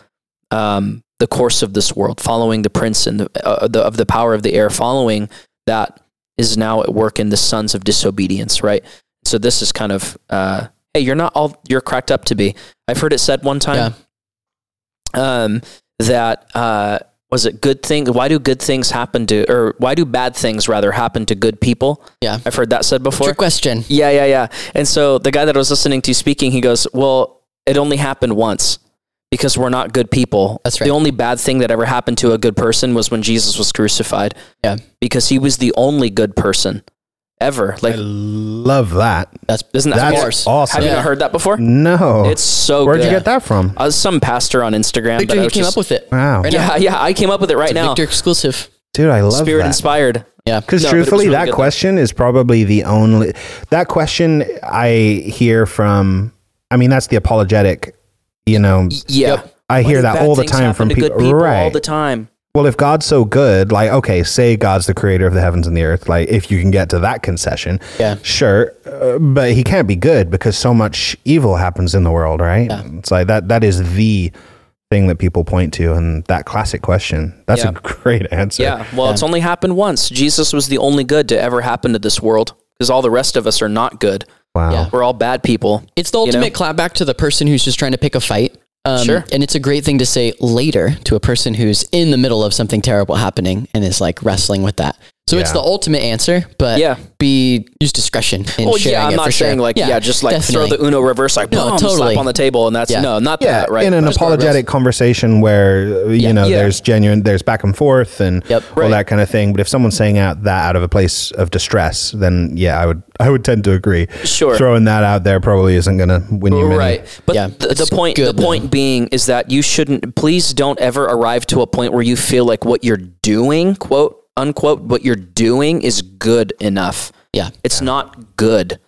um, the course of this world, following the prince and the, uh, the of the power of the air, following that is now at work in the sons of disobedience, right? So this is kind of uh, hey, you're not all you're cracked up to be. I've heard it said one time um, that uh, was it good thing. Why do good things happen to, or why do bad things rather happen to good people?
Yeah.
I've heard that said before.
Trick question.
Yeah, yeah, yeah. And so the guy that I was listening to speaking, he goes, "Well, it only happened once because we're not good people.
That's right.
The only bad thing that ever happened to a good person was when Jesus was crucified.
Yeah.
because he was the only good person ever. Like,
Love that.
That's
isn't that
That's
bars?
awesome.
Have you
Yeah.
not heard that before?
No.
It's so.
Where'd
good.
you get that from?
I was some pastor on Instagram.
Victor,
that I
he
was
came
just-
up with it.
wow.
Right
Yeah, yeah, I came up with it right now.
Victor exclusive.
Dude, I love
Spirit
that.
inspired.
Yeah.
Because
No, but it was
truthfully,
really
that
good, though.
question is probably the only that question I hear from. I mean, that's the apologetic. You know,
Yeah.
I
Why
hear
do
that
bad
all the
things
time
happen
from
to
people.
Good people
right.
all the time.
well, if God's so good, like okay, say God's the creator of the heavens and the earth. Like if you can get to that concession,
Yeah.
sure, uh, but he can't be good because so much evil happens in the world, right? It's like that. That is the thing that people point to, and that classic question. That's
Yeah.
a great answer.
Yeah. Well, it's only happened once. Jesus was the only good to ever happen to this world because all the rest of us are not good.
Wow.
Yeah.
We're all bad people.
It's the
You know?
ultimate clapback to the person who's just trying to pick a fight. Um,
Sure.
And it's a great thing to say later to a person who's in the middle of something terrible happening and is like wrestling with that. So it's
Yeah.
the ultimate answer, but
Yeah.
be use discretion. In
Well,
sharing
yeah, I'm
it
not
for sure.
saying like yeah, just like throw
definitely.
the Uno reverse like
No,
boom,
totally.
slap on the table and that's
Yeah.
no, not
yeah,
that right.
in an
Just
apologetic conversation where uh, you
Yeah.
know
Yeah.
there's genuine, there's back and forth and
Yep.
all
Right.
that kind of thing. But if someone's saying out that out of a place of distress, then yeah, I would I would tend to agree.
Sure.
throwing that out there probably isn't going to win you many.
Right, but
Yeah,
th- the,
it's
point
good,
the
though.
point being is that you shouldn't. Please don't ever arrive to a point where you feel like what you're doing, quote unquote, what you're doing is good enough.
yeah,
It's not good.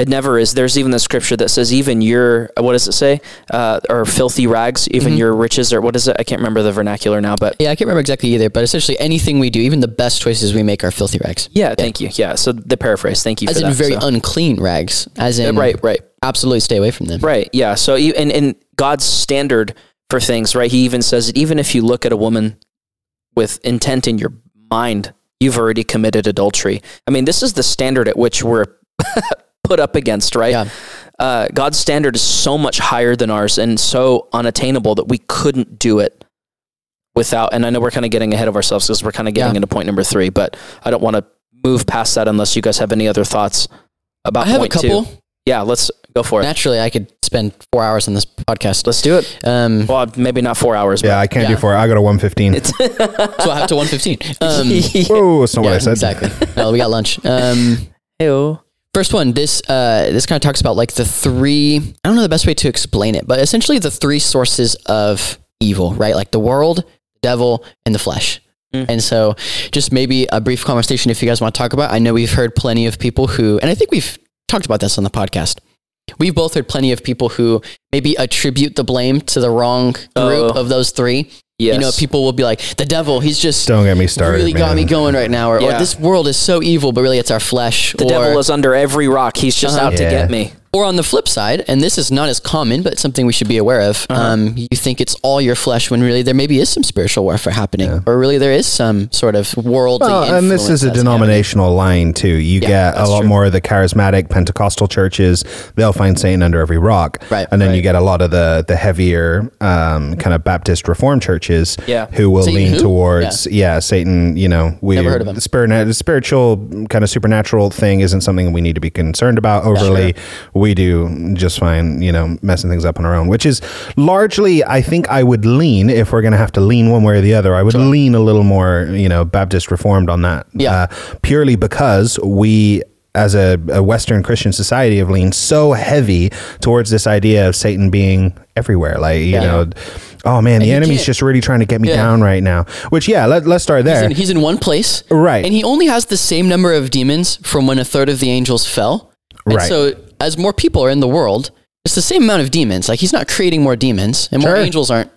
It never is. There's even the scripture that says, even your, what does it say? Uh, or filthy rags, even
Mm-hmm.
your riches, or what is it? I can't remember the vernacular now, but
yeah. I can't remember exactly either, but essentially anything we do, even the best choices we make, are filthy rags.
yeah, thank you. Yeah. So the paraphrase, thank you
As
for
in
that.
very
So-
unclean rags. As in
right, right.
Absolutely stay away from them.
Right. Yeah. So you- and and God's standard for things, right? He even says that even if you look at a woman with intent in your mind, you've already committed adultery. I mean, this is the standard at which we're put up against, right?
Yeah.
Uh, God's standard is so much higher than ours and so unattainable that we couldn't do it without. And I know we're kind of getting ahead of ourselves because we're kind of getting
Yeah.
into point number three, but I don't want to move past that unless you guys have any other thoughts about
I have a
point two.
couple.
Yeah, let's go for it.
Naturally, I could spend four hours on this podcast.
Let's do it.
Um,
Well, maybe not four hours.
Yeah, I can't
Yeah.
do four. I got a one fifteen.
so I have to one fifteen. Um,
Whoa, that's not
yeah,
what I said.
exactly. No, we got lunch. Um,
Ew.
First one, this uh, this kind of talks about like the three. I don't know the best way to explain it, but essentially the three sources of evil, right? Like the world, the devil, and the flesh. And so, just maybe a brief conversation if you guys want to talk about. I know we've heard plenty of people who, and I think we've talked about this on the podcast. We've both heard plenty of people who maybe attribute the blame to the wrong group
Oh.
of those three.
Yes.
You know, people will be like, "The devil, he's just
Don't get me started.
really got
man.
me going right now," or,
Yeah.
or "This world is so evil, but really it's our flesh."
The
or,
devil is under every rock. He's just
Uh-huh.
out
Yeah.
to get me.
or on the flip side, and this is not as common, but it's something we should be aware of.
Uh-huh.
Um, you think it's all your flesh when really there maybe is some spiritual warfare happening, or really there is some sort of worldly.
Well, and this
influence
is a
that's
denominational line too. You get a lot more of the charismatic Pentecostal churches; they'll find Satan under every rock,
Right,
And then you get a lot of the the heavier um, kind of Baptist Reformed churches,
Yeah.
who will
Satan
lean
who?
towards yeah. Satan. You know, we
Never heard of him.
the spirit, the spiritual kind of supernatural thing isn't something we need to be concerned about overly. We do just fine, you know, messing things up on our own, which is largely, I think, I would lean if we're going to have to lean one way or the other. I would lean a little more, you know, Baptist Reformed on that,
Yeah.
uh, purely because we as a, a Western Christian society have leaned so heavy towards this idea of Satan being everywhere. Like, you know, oh man, the
you
enemy's
can't-
just really trying to get me
Yeah.
down right now. Which, yeah, let, let's start
He's
there.
in, he's in one place,
Right.
And he only has the same number of demons from when a third of the angels fell. And
Right.
So as more people are in the world, it's the same amount of demons. Like he's not creating more demons, and
Sure.
more angels aren't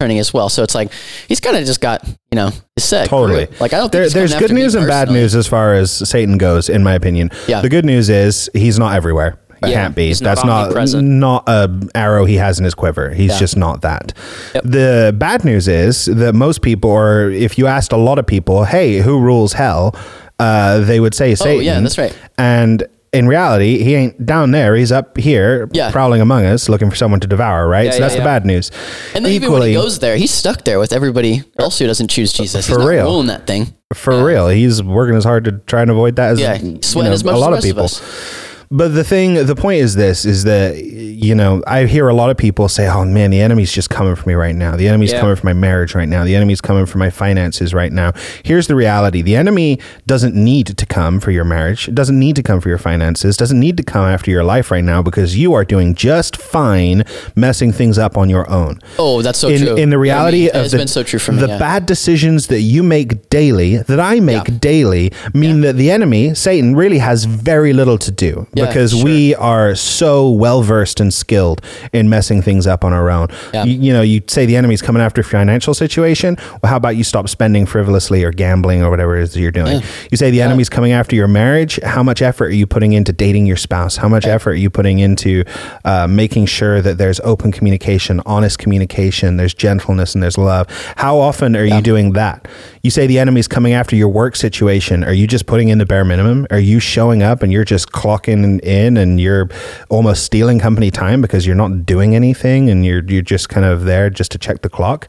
turning as well. So it's like he's kind of just got you know his set.
Totally.
Like I don't. Think
There,
he's coming
there's
after
good
me
news and bad
personally.
news as far as Satan goes, in my opinion.
Yeah.
The good news is he's not everywhere. He can't be.
He's not
That's not not,
omnipresent.
a arrow he has in his quiver. He's just not that. The bad news is that most people, or if you asked a lot of people, hey, who rules hell? Uh, they would say Satan.
Oh, yeah, that's right.
And in reality, he ain't down there. He's up here,
Yeah.
prowling among us, looking for someone to devour. Right. so
yeah,
that's the
yeah.
bad news.
And then even when he goes there, he's stuck there with everybody else who doesn't choose Jesus.
For
he's
real.
not ruling that thing.
for real, he's working as hard to try and avoid that as
Yeah,
you
he's sweating
know,
as much
a lot
as
of
the
people.
rest of us.
But the thing, the point is this: is that you know I hear a lot of people say, "Oh man, the enemy's just coming for me right now. The enemy's
Yeah.
coming for my marriage right now. The enemy's coming for my finances right now." Here's the reality: the enemy doesn't need to come for your marriage. It doesn't need to come for your finances. Doesn't need to come after your life right now because you are doing just fine, messing things up on your own
Oh, that's so
in,
true.
in the reality
it
of
has
the,
been so true for me.
the
yeah.
bad decisions that you make daily, that I make daily, mean that the enemy, Satan, really has very little to do
Yeah,
because
sure.
we are so well versed and skilled in messing things up on our own.
Yeah.
You, you know, you say the enemy's coming after your financial situation. Well, how about you stop spending frivolously or gambling or whatever it is that you're doing? You say the enemy's coming after your marriage. How much effort are you putting into dating your spouse? How much effort are you putting into uh, making sure that there's open communication, honest communication, there's gentleness and there's love? How often are you doing that? You say the enemy's coming after your work situation. Are you just putting in the bare minimum? Are you showing up and you're just clocking in and you're almost stealing company time because you're not doing anything and you're you're just kind of there just to check the clock?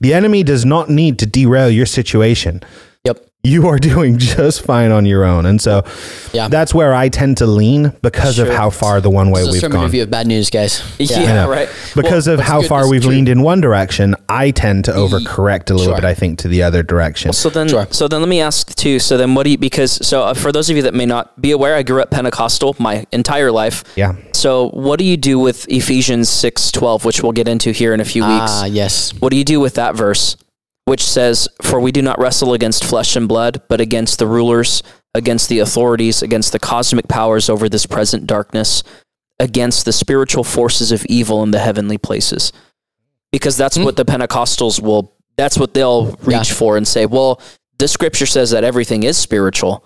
The enemy does not need to derail your situation
Yep.
you are doing just fine on your own. And so
Yeah.
that's where I tend to lean because of
Sure.
how far the one way
This is a
we've
sermon
gone.
review of bad news, guys.
Yeah,
Yeah.
right.
Because of
that's
how
good,
far
that's
we've
true.
leaned in one direction, I tend to overcorrect a little
Sure.
bit, I think, to the other direction.
So then,
Sure.
so then, let me ask too. So then, what do you? Because so uh, for those of you that may not be aware, I grew up Pentecostal my entire life.
Yeah.
So what do you do with Ephesians six twelve, which we'll get into here in a few
Ah,
weeks?
yes.
What do you do with that verse, which says, "For we do not wrestle against flesh and blood, but against the rulers, against the authorities, against the cosmic powers over this present darkness, against the spiritual forces of evil in the heavenly places." Because that's
Hmm.
what the Pentecostals will. That's what they'll reach
Yeah.
for and say, "Well, the Scripture says that everything is spiritual."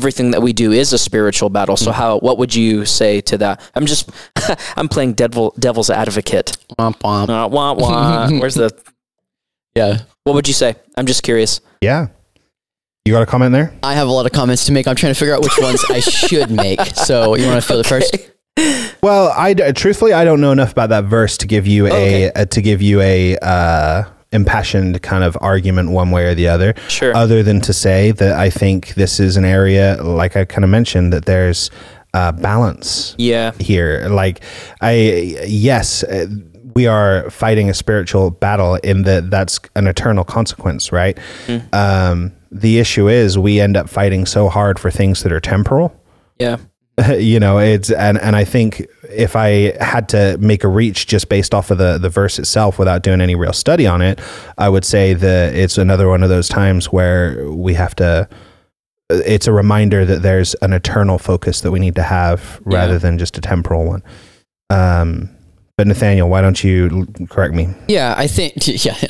everything that we do is a spiritual battle. So how what would you say to that? I'm just I'm playing devil devil's advocate.
Womp womp.
Uh, wah, wah. Where's the
Yeah.
what would you say? I'm just curious.
yeah. You got a comment there?
I have a lot of comments to make. I'm trying to figure out which ones I should make. So you want to feel the first?
Well, I d- truthfully I don't know enough about that verse to give
Oh,
you a, a to give you a uh, impassioned kind of argument one way or the other.
Sure.
Other than to say that I think this is an area, like I kind of mentioned, that there's uh, balance
Yeah.
here. Like, I yes, uh, we are fighting a spiritual battle in that that's an eternal consequence, right? Um, the issue is we end up fighting so hard for things that are temporal
Yeah.
you know it's and and i think if i had to make a reach just based off of the the verse itself without doing any real study on it i would say that it's another one of those times where we have to it's a reminder that there's an eternal focus that we need to have rather than just a temporal one um but nathaniel why don't you l- correct me
Yeah, I think. Yeah,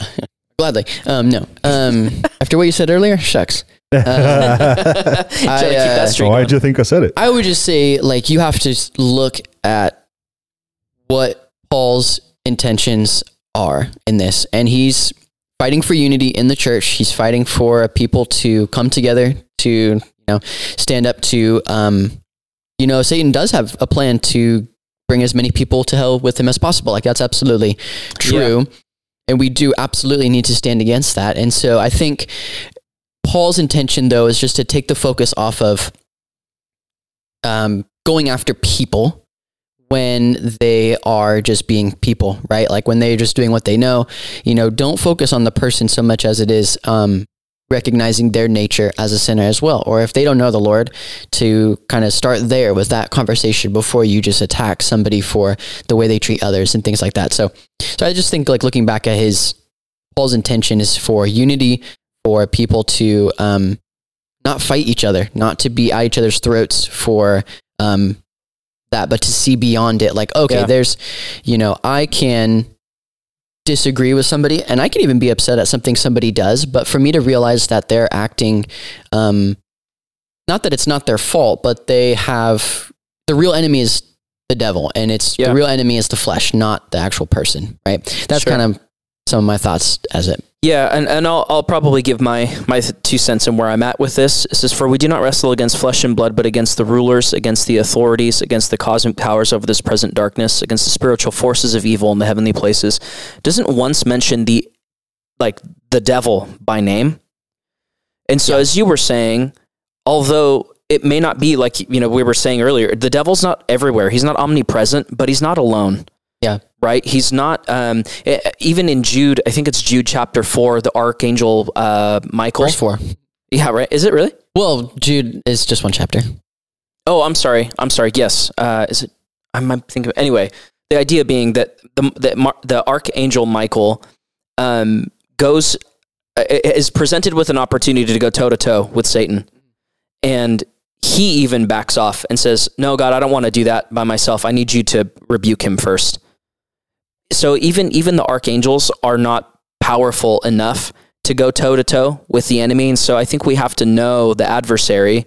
gladly. Um, no. Um, after what you said earlier, shucks.
Uh, Trying to keep
uh,
that streak going.
you think i said it
I would just say like you have to s- look at what Paul's intentions are in this, and he's fighting for unity in the church. He's fighting for a people to come together to you know stand up to. Um, you know, Satan does have a plan to bring as many people to hell with him as possible. Like that's absolutely true, and we do absolutely need to stand against that. And so I think. Paul's intention, though, is just to take the focus off of um, going after people when they are just being people, right? Like when they're just doing what they know, you know, don't focus on the person so much as it is um, recognizing their nature as a sinner as well. Or if they don't know the Lord, to kind of start there with that conversation before you just attack somebody for the way they treat others and things like that. So, so I just think like looking back at his Paul's intention is for unity, for people to um, not fight each other, not to be at each other's throats for um, that, but to see beyond it. Like, okay,
Yeah.
there's, you know, I can disagree with somebody and I can even be upset at something somebody does, but for me to realize that they're acting, um, not that it's not their fault, but they have the real enemy is the devil and it's
Yeah.
the real enemy is the flesh, not the actual person, right? That's
Sure.
kind of some of my thoughts as it.
Yeah, and, and I'll, I'll probably give my, my two cents and where I'm at with this. It says, For we do not wrestle against flesh and blood, but against the rulers, against the authorities, against the cosmic powers over this present darkness, against the spiritual forces of evil in the heavenly places. Doesn't once mention the, like, the devil by name. And so, as you were saying, although it may not be like, you know, we were saying earlier, the devil's not everywhere. He's not omnipresent, but he's not alone
Yeah.
right? He's not um, e- even in Jude. I think it's Jude chapter four. The archangel uh, Michael.
Verse four.
Yeah, right. Is it really?
Well, Jude is just one chapter.
Oh, I'm sorry. I'm sorry. Yes. Uh, is it? I'm, I'm thinking. Anyway, the idea being that the that Mar- the archangel Michael um, goes uh, is presented with an opportunity to go toe to toe with Satan, and he even backs off and says, "No, God, I don't want to do that by myself. I need you to rebuke him first. So even even the archangels are not powerful enough to go toe to toe with the enemy, and so I think we have to know the adversary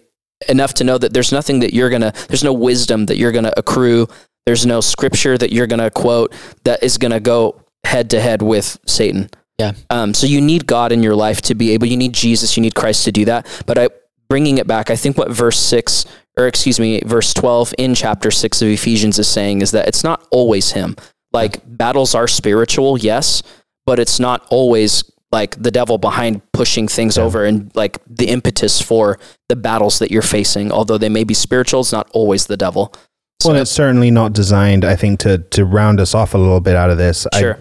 enough to know that there's nothing that you're gonna, there's no wisdom that you're gonna accrue, there's no scripture that you're gonna quote that is gonna go head to head with Satan.
Yeah.
Um, so you need God in your life to be able. You need Jesus. You need Christ to do that. But I bringing it back. I think what verse six, or excuse me, verse twelve in chapter six of Ephesians is saying is that it's not always Him. Like battles are spiritual, yes, but it's not always like the devil behind pushing things over and like the impetus for the battles that you're facing. Although they may be spiritual, it's not always the devil. So-
Well, it's certainly not designed, I think, to to round us off a little bit out of this. I-
Sure.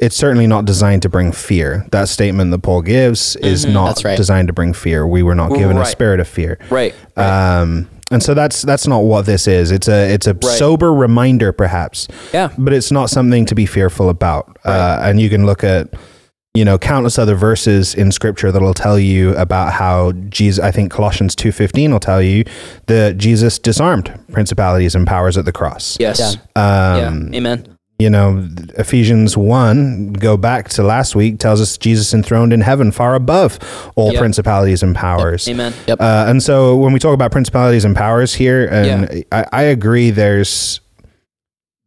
it's certainly not designed to bring fear. That statement that Paul gives is not
That's right.
designed to bring fear. We were not given a
Mm-hmm. Right.
spirit of fear.
Right.
Um, and so that's that's not what this is. It's a it's a sober reminder, perhaps.
Yeah.
But it's not something to be fearful about. Uh, and you can look at you know countless other verses in Scripture that'll tell you about how Jesus. I think Colossians two fifteen will tell you that Jesus disarmed principalities and powers at the cross.
Yes. Yeah.
Um,
Amen.
You know, Ephesians 1, go back to last week, tells us Jesus enthroned in heaven far above all
Yep.
principalities and powers.
Amen.
Yep.
Uh, and so when we talk about principalities and powers here, and I, I agree, there's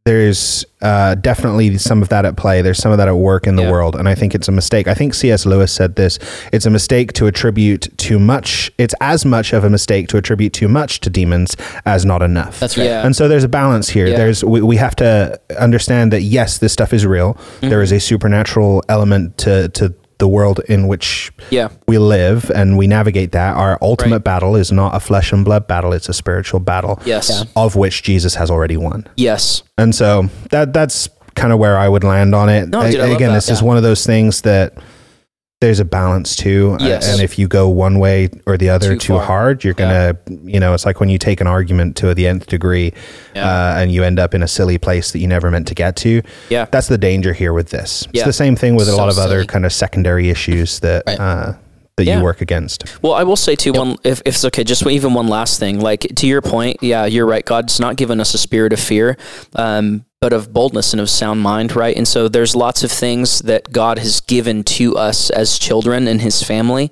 there's uh, definitely some of that at play. There's some of that at work in the
Yeah.
world, and I think it's a mistake. I think C.S. Lewis said this: it's a mistake to attribute too much. It's as much of a mistake to attribute too much to demons as not enough.
That's right.
Yeah.
And so there's a balance here.
Yeah.
There's we, we have to understand that yes, this stuff is real.
Mm-hmm.
There is a supernatural element to to the world in which
Yeah.
we live and we navigate that. Our ultimate
Right.
battle is not a flesh and blood battle; it's a spiritual battle.
Yes. Yeah.
of which Jesus has already won.
Yes.
And so that that's kind of where I would land on it.
No,
A-
dude, I love
again,
that.
this is one of those things that there's a balance to, a-
Yes.
and if you go one way or the other
Too
too,
far.
hard, you're gonna, you know, it's like when you take an argument to the nth degree, uh, and you end up in a silly place that you never meant to get to.
Yeah.
that's the danger here with this.
Yeah.
It's the same thing with a
So
lot of other
silly.
kind of secondary issues that
Right.
uh, that
Yeah.
you work against.
Well, I will say too, one if, if it's okay, just even one last thing. Like to your point, yeah, you're right. God's not given us a spirit of fear, um, but of boldness and of sound mind, right? And so there's lots of things that God has given to us as children and His family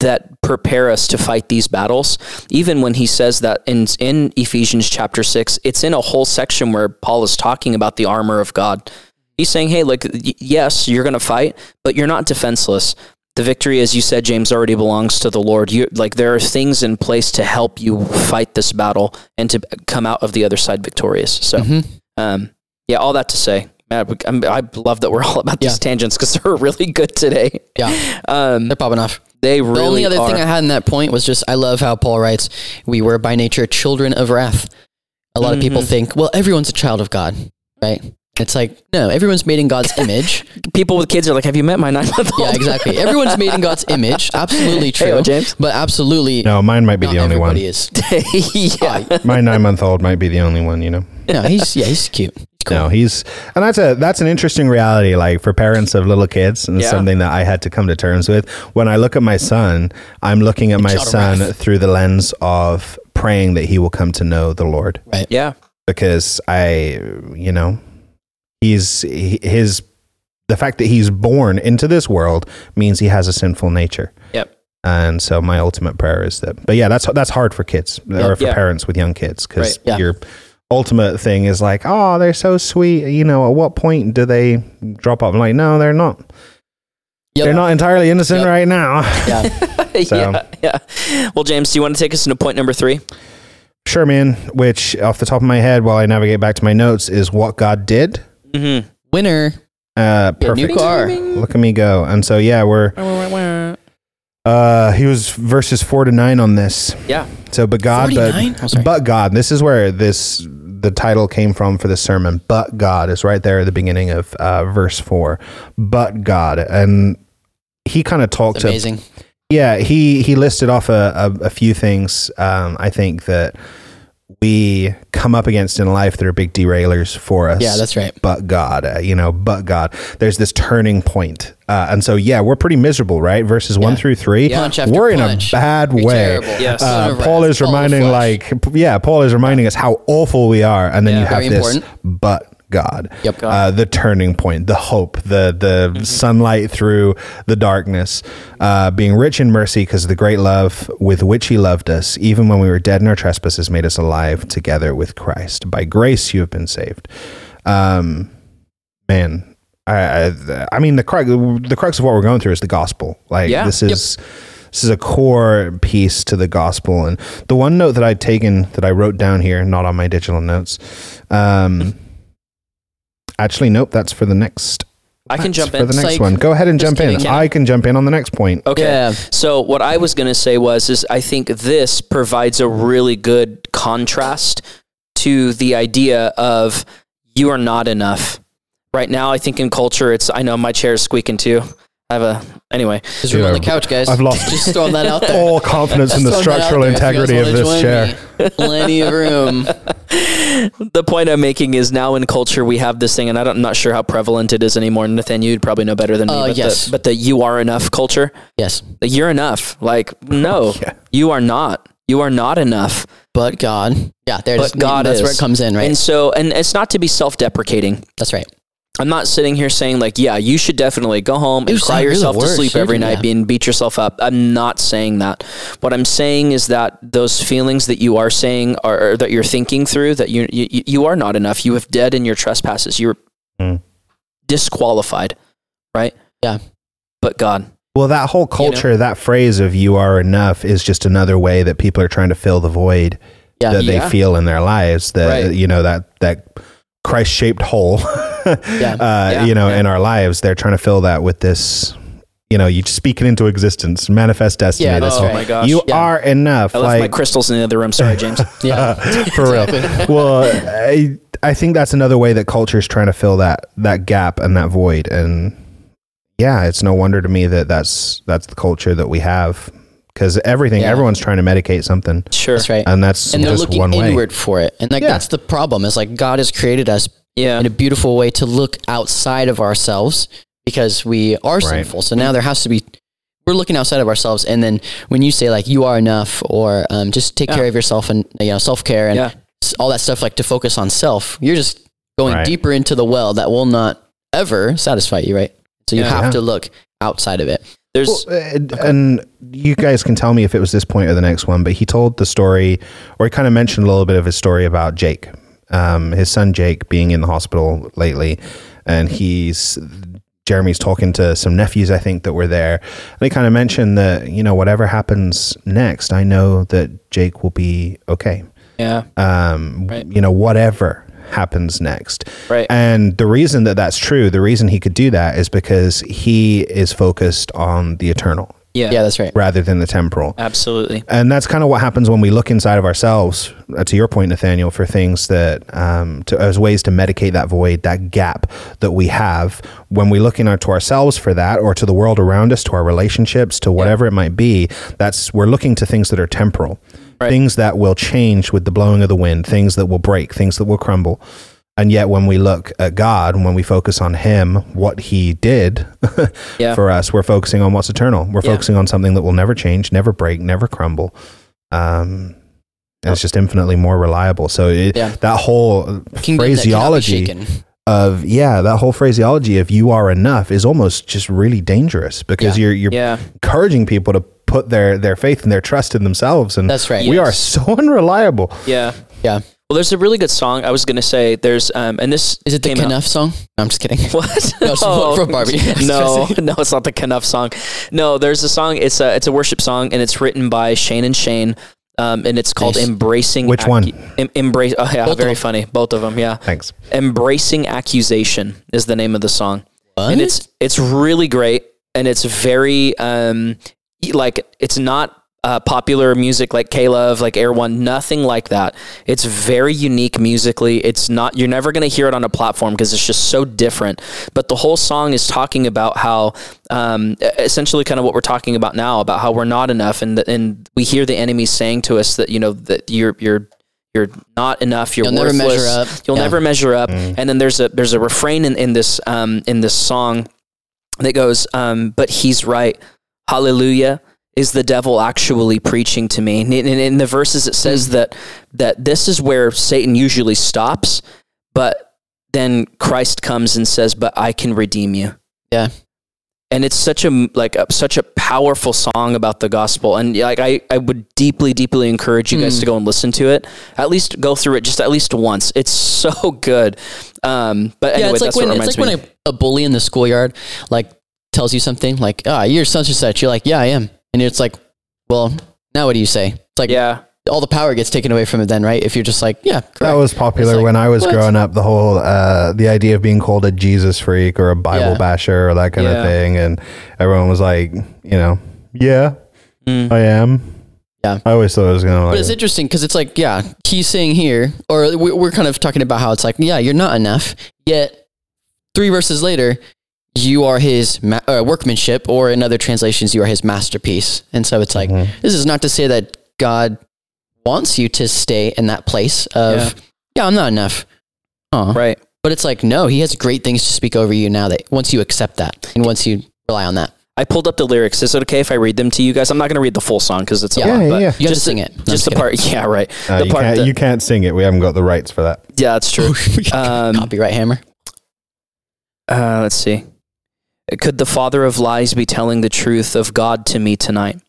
that prepare us to fight these battles. Even when he says that in in Ephesians chapter 6, it's in a whole section where Paul is talking about the armor of God. He's saying, "Hey, like y- yes, you're going to fight, but you're not defenseless. The victory as you said James already belongs to the Lord. You like there are things in place to help you fight this battle and to come out of the other side victorious." So,
Mm-hmm.
um yeah, all that to say, man, I- I'm- I love that we're all about
Yeah.
these tangents because they're really good today.
Yeah.
Um,
They're popping off.
they really
The only other
are.
thing I had in that point was just I love how Paul writes, "We were
Mm-hmm.
by nature children of wrath." A lot of people think, "Well, everyone's a child of God, right?" It's like, no, everyone's made in God's image.
People with kids are like, "Have you met my nine month old?"
yeah, exactly. Everyone's made in God's image. Absolutely true.
Heyo, James.
But absolutely
No, mine might be
not
the only one.
everybody is.
yeah.
My nine month old might be the only one, you know.
No, he's yeah, he's cute.
No, he's and that's a that's an interesting reality, like for parents of little kids, and it's
Yeah.
something that I had to come to terms with. When I look at my son, I'm looking at my
Shot of
son
wrath.
through the lens of praying that he will come to know the Lord,
Right.
Yeah.
because I, you know, he's he- his the fact that he's born into this world means he has a sinful nature.
Yep.
And so my ultimate prayer is that, but yeah, that's that's hard for kids or for
Yeah.
parents with young kids because
Right.
Yeah.
your ultimate thing is like, oh, they're so sweet. You know, at what point do they drop off? I'm like, no, they're not.
Yep.
They're not entirely innocent
Yep.
right now.
Yeah.
So-
yeah. Yeah. Well, James, do you want to take us into point number three?
Sure, man. Which, off the top of my head, while I navigate back to my notes, is what God did.
Mm-hmm.
Winner.
Uh,
Get a
perfect.
New car.
Look at me go. And so yeah, we're uh, he was verses four to nine on this.
Yeah.
So, but God, but
49? Oh, sorry.
but God, this is where this the title came from for this sermon. But God is right there at the beginning of uh, verse four. But God, and he kind of talked
It's
to
amazing.
yeah, he he listed off a, a, a few things. Um, I think that we come up against in life that are big derailers for us.
Yeah, that's right.
But God, uh, you know, but God, there's this turning point, uh, and so yeah, we're pretty miserable, right? Verses one through three,
Yeah. Punch after
we're in
punch.
a bad
You're
way.
terrible.
Yes.
Son
Uh,
of a-
Paul is
Paul of
reminding,
flesh.
like, p- yeah, Paul is reminding us how awful we are, and then
Yeah.
you have
Very
this,
important.
but God,
Yep.
Uh, the turning point, the hope, the the sunlight through the darkness, uh, being rich in mercy because of the great love with which He loved us, even when we were dead in our trespasses, made us alive together with Christ. By grace, you have been saved. Um, man. I, I, I mean the crux the crux of what we're going through is the gospel. Like
Yeah.
this is this is a core piece to the gospel. And the one note that I'd taken that I wrote down here, not on my digital notes. Um, actually, nope, that's for the next.
I can
that's
jump
for
in.
the next
Psych.
one. Go ahead and
Just
jump in.
kidding, Ken.
I can jump in on the next point.
Okay.
Yeah.
So what I was going to say was is I think this provides a really good contrast to the idea of you are not enough. Right now I think in culture it's I know my chair is squeaking too. I have a anyway.
There's room on
Yeah.
the couch, guys.
I've lost-
Just throwing that out there.
All confidence in the
Throwing that out
structural
there if you guys
integrity of
wanna
this chair.
join me. Plenty of room.
The point I'm making is now in culture we have this thing and I don't, I'm not sure how prevalent it is anymore. Nathan, you'd probably know better than me.
Uh,
but,
yes.
the, but the you are enough culture.
Yes,
Like, You're enough. Like
Oh.
no,
Yeah.
you are not. You are not enough.
but God. Yeah, there it is.
But God
That's
is.
where it comes in, right?
And so, and it's not to be self-deprecating.
That's right.
I'm not sitting here saying like, yeah, you should definitely go home and
Dude,
cry
you're the
yourself to
worst.
sleep
You're
every
the-
night
yeah.
and beat yourself up. I'm not saying that. What I'm saying is that those feelings that you are saying are or that you're thinking through that you you, you are not enough. You have dead in your trespasses. You're
Mm.
disqualified, right?
Yeah.
But God,
Well, that whole culture, that phrase of "you are enough" is just another way that people are trying to fill the void
Yeah.
that
Yeah.
they feel in their lives. That
Right.
you know that that Christ shaped hole, uh,
Yeah.
you know,
Yeah.
in our lives, they're trying to fill that with this. You know, you speak it into existence, manifest destiny.
Yeah,
this
that's
whole-
right.
Oh my gosh.
you
Yeah.
are enough.
I left my
like uh,
crystals in the other room. Sorry, James.
Yeah.
for real. Well, I I think that's another way that culture is trying to fill that that gap and that void. And yeah, it's no wonder to me that that's that's the culture that we have because everything
Yeah.
everyone's trying to medicate something,
sure.
That's right.
and that's
and they're
just
looking
one way.
inward for it. And like
Yeah.
that's the problem. Is like God has created us
Yeah.
in a beautiful way to look outside of ourselves because we are sinful. So now there has to be we're looking outside of ourselves. And then when you say like you are enough or um, just take
Yeah.
care of yourself and you know self care and
Yeah.
s- all that stuff like to focus on self, you're just going
Right.
deeper into the well that will not ever satisfy you, right? So you
Yeah.
have
Yeah.
to look outside of it.
There's
Well, uh, and, and you guys can tell me if it was this point or the next one, but he told the story, or he kind of mentioned a little bit of his story about Jake, um, his son Jake being in the hospital lately, and he's Jeremy's talking to some nephews I think that were there, and he kind of mentioned that you know whatever happens next, I know that Jake will be okay
yeah.
Uh,
um,
Right.
you know, whatever happens next.
Right.
And the reason that that's true, the reason he could do that is because he is focused on the eternal.
Yeah.
Yeah, that's right.
rather than the temporal.
Absolutely.
and that's kind of what happens when we look inside of ourselves uh, to your point nathaniel for things that um, to, as ways to medicate that void that gap that we have when we look into ourselves for that or to the world around us to our relationships to whatever it might be that's we're looking to things that are temporal
Right.
things that will change with the blowing of the wind things that will break things that will crumble and yet when we look at god and when we focus on him what he did
Yeah.
for us. We're focusing on what's eternal. We're
Yeah.
focusing on something that will never change, never break, never crumble. Um, and it's just infinitely more reliable. So it,
Yeah.
that whole
Kingdom that cannot be
phraseology
shaken.
of yeah, that whole phraseology of "you are enough" is almost just really dangerous because
Yeah.
you're you're
Yeah.
encouraging people to put their their faith and their trust in themselves, and
That's right.
we
Yes.
are so unreliable.
Yeah.
Yeah.
Well, there's a really good song. I was gonna say there's um, and this
Is it the
came out-
Knuff song? No, I'm just kidding.
What?
No, it's from Barbie.
no, no, it's not the Knuff song. No, there's a song. It's a it's a worship song, and it's written by Shane and Shane, um, and it's called
Nice.
"Embracing."
Which one?
em- embrace. Oh yeah,
Both of
very
them.
funny. Both of them. Yeah.
Thanks.
"Embracing Accusation" is the name of the song,
What?
and it's it's really great, and it's very um e- like it's not. Uh, popular music like K Love, like Air One, nothing like that. It's very unique musically. It's not, you're never going to hear it on a platform because it's just so different. But the whole song is talking about how, um, essentially, kind of what we're talking about now, about how we're not enough. And, the, and we hear the enemy saying to us that, you know, that you're, you're, you're not enough. You're
You'll never
worthless.
measure up.
You'll
Yeah.
never measure up. And then there's a there's a refrain in, in this um, in this song that goes, um, "But he's right. Hallelujah." Is the devil actually preaching to me? And in, in- in the verses, it
Hmm.
says that that this is where Satan usually stops, but then Christ comes and says, "But I can redeem you."
Yeah.
and it's such a like a, such a powerful song about the gospel and like I, I would deeply deeply encourage you
Mm.
guys to go and listen to it at least go through it just at least once it's so good um but
yeah,
anyway
it's like
that's
when
what
it's
reminds
like when
me
a, a bully in the schoolyard like tells you something like, "Ah, you're such and such." You're like, "Yeah, I am," and it's like, "Well, now what do you say?" It's like
yeah
all the power gets taken away from it. Then, right? If you're just like, "Yeah, correct."
That was popular
It's like,
when I was
what?
growing up. The whole uh, the idea of being called a Jesus freak or a Bible
Yeah.
basher or that kind
Yeah.
of thing, and everyone was like, you know, yeah,
Mm.
I am.
Yeah.
I always thought it was gonna.
But
Like,
it's interesting because it's like, yeah, he's saying here, or we- we're kind of talking about how it's like, yeah, you're not enough. Yet, three verses later, you are his ma- uh, workmanship, or in other translations, you are his masterpiece. And so it's like,
Mm-hmm.
this is not to say that God wants you to stay in that place of, yeah,
Yeah.
I'm not enough. Aw.
right
But it's like, no, he has great things to speak over you now that once you accept that and once you rely on that,
I pulled up the lyrics is it okay if I read them to you guys I'm not gonna read the full song because it's a
Yeah.
lot
Yeah,
but
yeah, yeah.
you have to
just the-
sing it. No, I'm
just the
kidding.
part yeah right
uh,
the
you
part
can't
that-
you can't sing it. We haven't got the rights for that.
yeah that's true um
Copyright hammer.
uh, let's see. Could the father of lies be telling the truth of God to me tonight?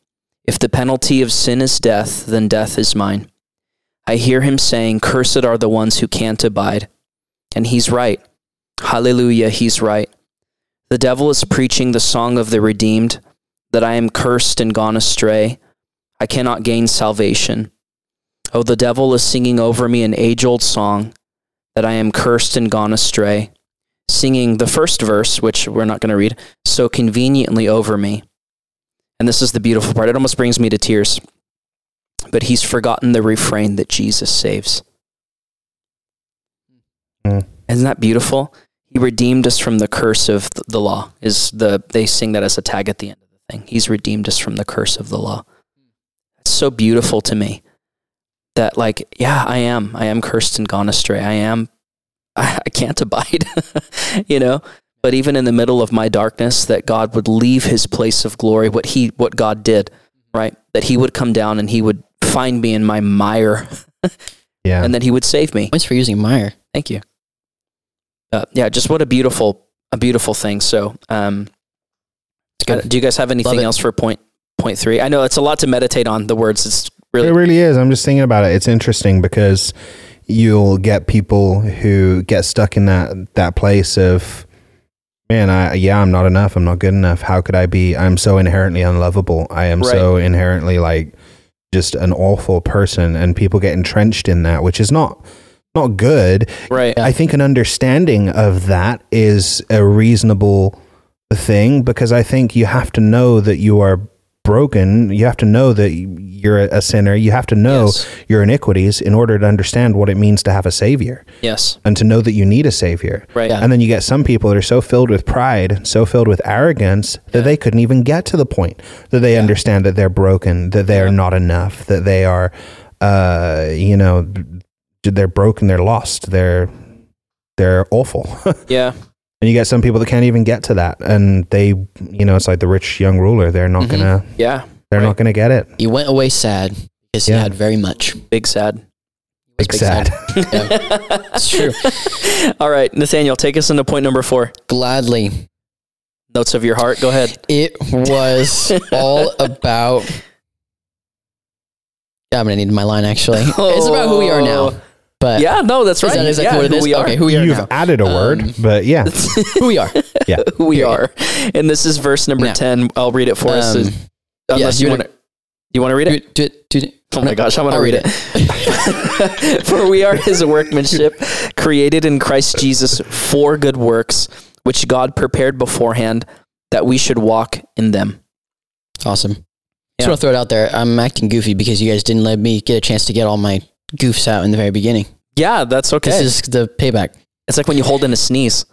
If the penalty of sin is death, then death is mine. I hear him saying, Cursed are the ones who can't abide. And he's right. Hallelujah, he's right. The devil is preaching the song of the redeemed that I am cursed and gone astray. I cannot gain salvation. Oh, the devil is singing over me an age old song that I am cursed and gone astray singing the first verse, which we're not going to read, so conveniently over me. And this is the beautiful part. It almost brings me to tears. But he's forgotten the refrain that Jesus saves.
Mm.
Isn't that beautiful? He redeemed us from the curse of th- the law. Is the they sing that as a tag at the end of the thing. He's redeemed us from the curse of the law. It's so beautiful to me that like, yeah, I am. I am cursed and gone astray. I am I, I can't abide. you know but even in the middle of my darkness that god would leave his place of glory what he what god did right that he would come down and he would find me in my mire
Yeah,
and then he would save me
Points for using Meyer.
thank you uh, yeah just what a beautiful a beautiful thing so um
good.
I- do you guys have anything
it.
else for point point three i know it's a lot to meditate on the words it's really
it really is. I'm just thinking about it. It's interesting because you'll get people who get stuck in that that place of man i yeah i'm not enough i'm not good enough how could i be i'm so inherently unlovable i am so inherently like just an awful person and people get entrenched in that which is not not good
right
i think an understanding of that is a reasonable thing because i think you have to know that you are broken, you have to know that you're a sinner. You have to know
Yes.
your iniquities in order to understand what it means to have a savior
Yes.
and to know that you need a savior.
Right. Yeah.
And then you get some people that are so filled with pride, so filled with arrogance that they couldn't even get to the point that they understand that they're broken, that they are not enough, that they are, uh, you know, they're broken, they're lost, they're they're awful.
Yeah.
and you get some people that can't even get to that, and they, you know, it's like the rich young ruler. They're not
Mhm.
gonna,
Yeah.
they're
Right.
not gonna get it.
He went away sad because
Yeah.
he had very much.
Big sad.
Big
Sad.
It's true.
All right, Nathaniel, take us into point number four.
Gladly.
Notes of your heart. Go ahead.
It was all about. Yeah, I'm gonna need my line actually. It's about who we are now. But
Oh. Yeah, no, that's right.
is that exactly
yeah,
what it
who
is?
We are.
Okay, who we are
You've
now.
added a
Um,
word, but yeah,
who we are.
yeah.
who we
Period.
are. And this is verse number
Now.
10. I'll read it for us.
Um,
Unless
yes, you
you want to. You want to read it?
do- do- do-
Oh my gosh, I wanna
I'll
read For we are his workmanship, created in Christ Jesus for good works, which God prepared beforehand that we should walk in them.
Awesome.
Yeah.
Just want to throw it out there. I'm acting goofy because you guys didn't let me get a chance to get all my goofs out in the very beginning.
Yeah, that's okay.
This is the payback.
it's like when you hold in a sneeze.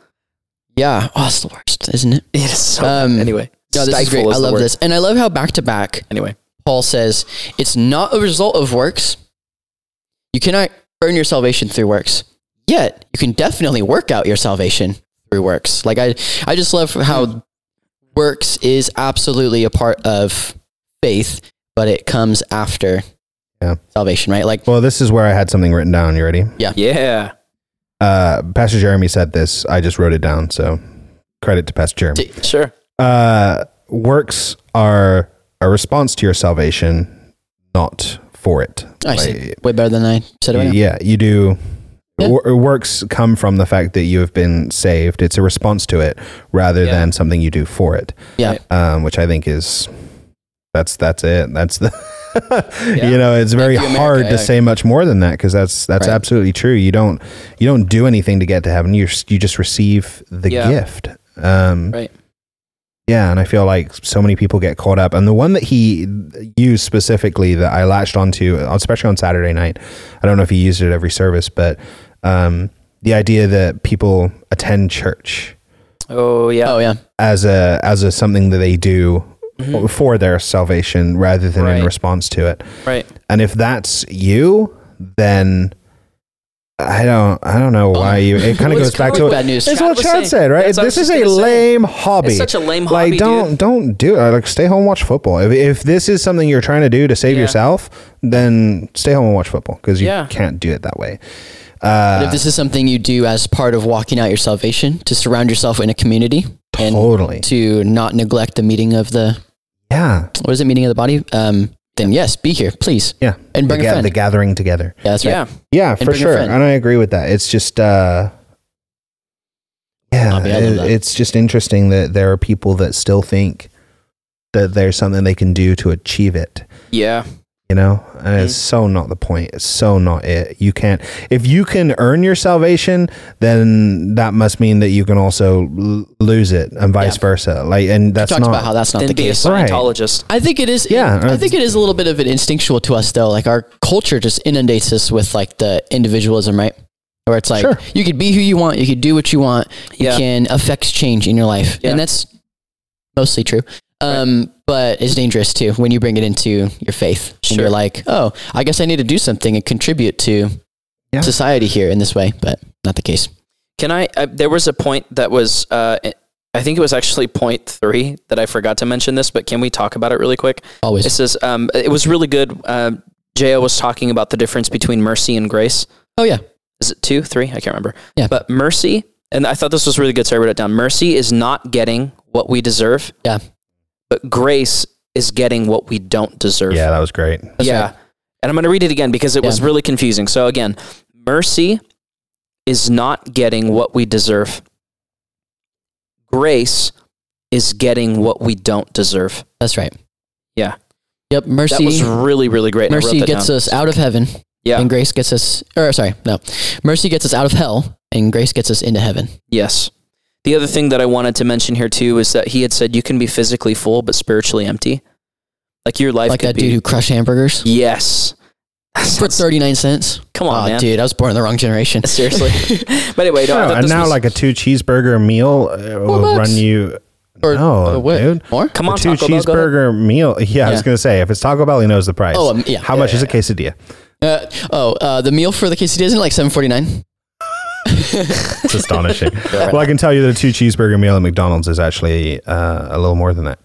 Yeah. Oh, it's the worst, isn't it?
It is so.
Um,
anyway,
No, this is
stifle
great. I
the
love
word.
this. And I love how back to back
Anyway,
Paul says, it's not a result of works. You cannot earn your salvation through works. Yet, you can definitely work out your salvation through works. Like, I, I just love
Hmm.
how works is absolutely a part of faith, but it comes after
Yeah.
salvation, right? Like,
Well, this is where I had something written down. You ready?
yeah,
uh, Pastor Jeremy said this. I just wrote it down. So credit to Pastor Jeremy.
sure.
Uh, works are a response to your salvation, not for it.
I see. Way better than I said it right now.
Yeah, you do.
Yeah.
wor- Works come from the fact that you have been saved. It's a response to it rather
Yeah.
than something you do for it.
Yeah.
Um, which I think is that's that's it. That's the
Yeah.
you know it's very
you, America,
hard to
yeah.
say much more than that because that's that's
Right.
absolutely true. You don't you don't do anything to get to heaven. You you just receive the
Yeah.
gift. Um,
Right.
Yeah, and I feel like so many people get caught up. And the one that he used specifically that I latched onto, uh, especially on Saturday night, I don't know if he used it at every service, but um, the idea that people attend church
Oh yeah.
Oh, yeah.
as a as a something that they do
Oh. Mm-hmm.
for their salvation rather than in
Mm. Right.
response to it.
Right.
And if that's you, then I don't I don't know
Oh.
why you. It kind of
Well, it's
goes back
kinda
to
like bad news.
It's
Chad
what
was
Chad
saying.
said, right?
That's what I
this
was
is
just
a
gonna say.
lame hobby.
It's such a lame
like
hobby,
don't
dude.
don't do it. Like stay home and watch football. If, if this is something you're trying to do to save
Yeah.
yourself, then stay home and watch football because you
Yeah.
can't do it that way. Uh,
But if this is something you do as part of walking out your salvation, to surround yourself in a community and
Totally.
to not neglect the meeting of the
Yeah.
what is it, meeting of the body? Um, then yes, be here, please.
Yeah.
And bring
the,
a
ga-
friend.
the gathering together.
Yeah, that's right.
Yeah.
Yeah, for
bring a
sure.
friend.
And I agree with that. It's just uh yeah,
I'll be- I love
it-
that.
it's just interesting that there are people that still think that there's something they can do to achieve it,
Yeah.
you know? And
Mm-hmm.
it's so not the point. It's so not it. You can't if you can earn your salvation, then that must mean that you can also l- lose it and vice
Yeah.
versa. Like and that's
Talks
not
about how that's not
Then
the
be a
case.
Right.
Scientologist.
I think it is.
Yeah,
I think it is a little bit of an instinctual to us though. Like our culture just inundates us with like the individualism, right? Where it's like
Sure.
you could be who you want, you could do what you want, you
Yeah.
can affect change in your life,
Yeah.
and that's mostly true. Um, But it's dangerous too when you bring it into your faith and
Sure.
you're like, oh, I guess I need to do something and contribute to
Yeah.
society here in this way, but not the case.
Can I? Uh, there was a point that was, uh, I think it was actually point three that I forgot to mention this, but can we talk about it really quick?
Always.
It says um, it was really good. Um, Jo was talking about the difference between mercy and grace.
oh yeah.
Is it two, three? I can't remember.
Yeah.
But mercy, and I thought this was really good, so I wrote it down. Mercy is not getting what we deserve.
Yeah.
But grace is getting what we don't deserve.
Yeah, that was great.
yeah.
right.
And I'm going to read it again because it was
Yeah.
really confusing. So again, mercy is not getting what we deserve. Grace is getting what we don't deserve.
That's right.
Yeah.
Yep. Mercy.
That was really, really great. and I wrote
Mercy
that
gets
down.
us out of heaven,
Yeah.
and grace gets us. Or sorry, no, mercy gets us out of hell, and grace gets us into heaven.
Yes. The other thing that I wanted to mention here too is that he had said you can be physically full but spiritually empty. Like your life
like
could
that
be.
dude who crushed hamburgers
Yes. That
for
sounds-
thirty nine cents.
Come on,
Aw,
man.
dude, I was born in the wrong generation.
Seriously. but anyway, no, I
No,
thought
and
this
now
was-
like a two cheeseburger meal uh, will
bucks.
run you.
Or,
no,
uh, what?
dude.
More?
come
A
on,
two
Taco Bell, go ahead.
cheeseburger meal. Yeah, I was
Yeah.
gonna say if it's Taco Bell, he knows the price.
Oh, um, yeah.
How
Yeah,
much is a quesadilla?
Uh, oh, uh, the meal for the quesadilla isn't it like seven forty nine.
It's astonishing. well, I can tell you that a two cheeseburger meal at McDonald's is actually uh, a little more than that.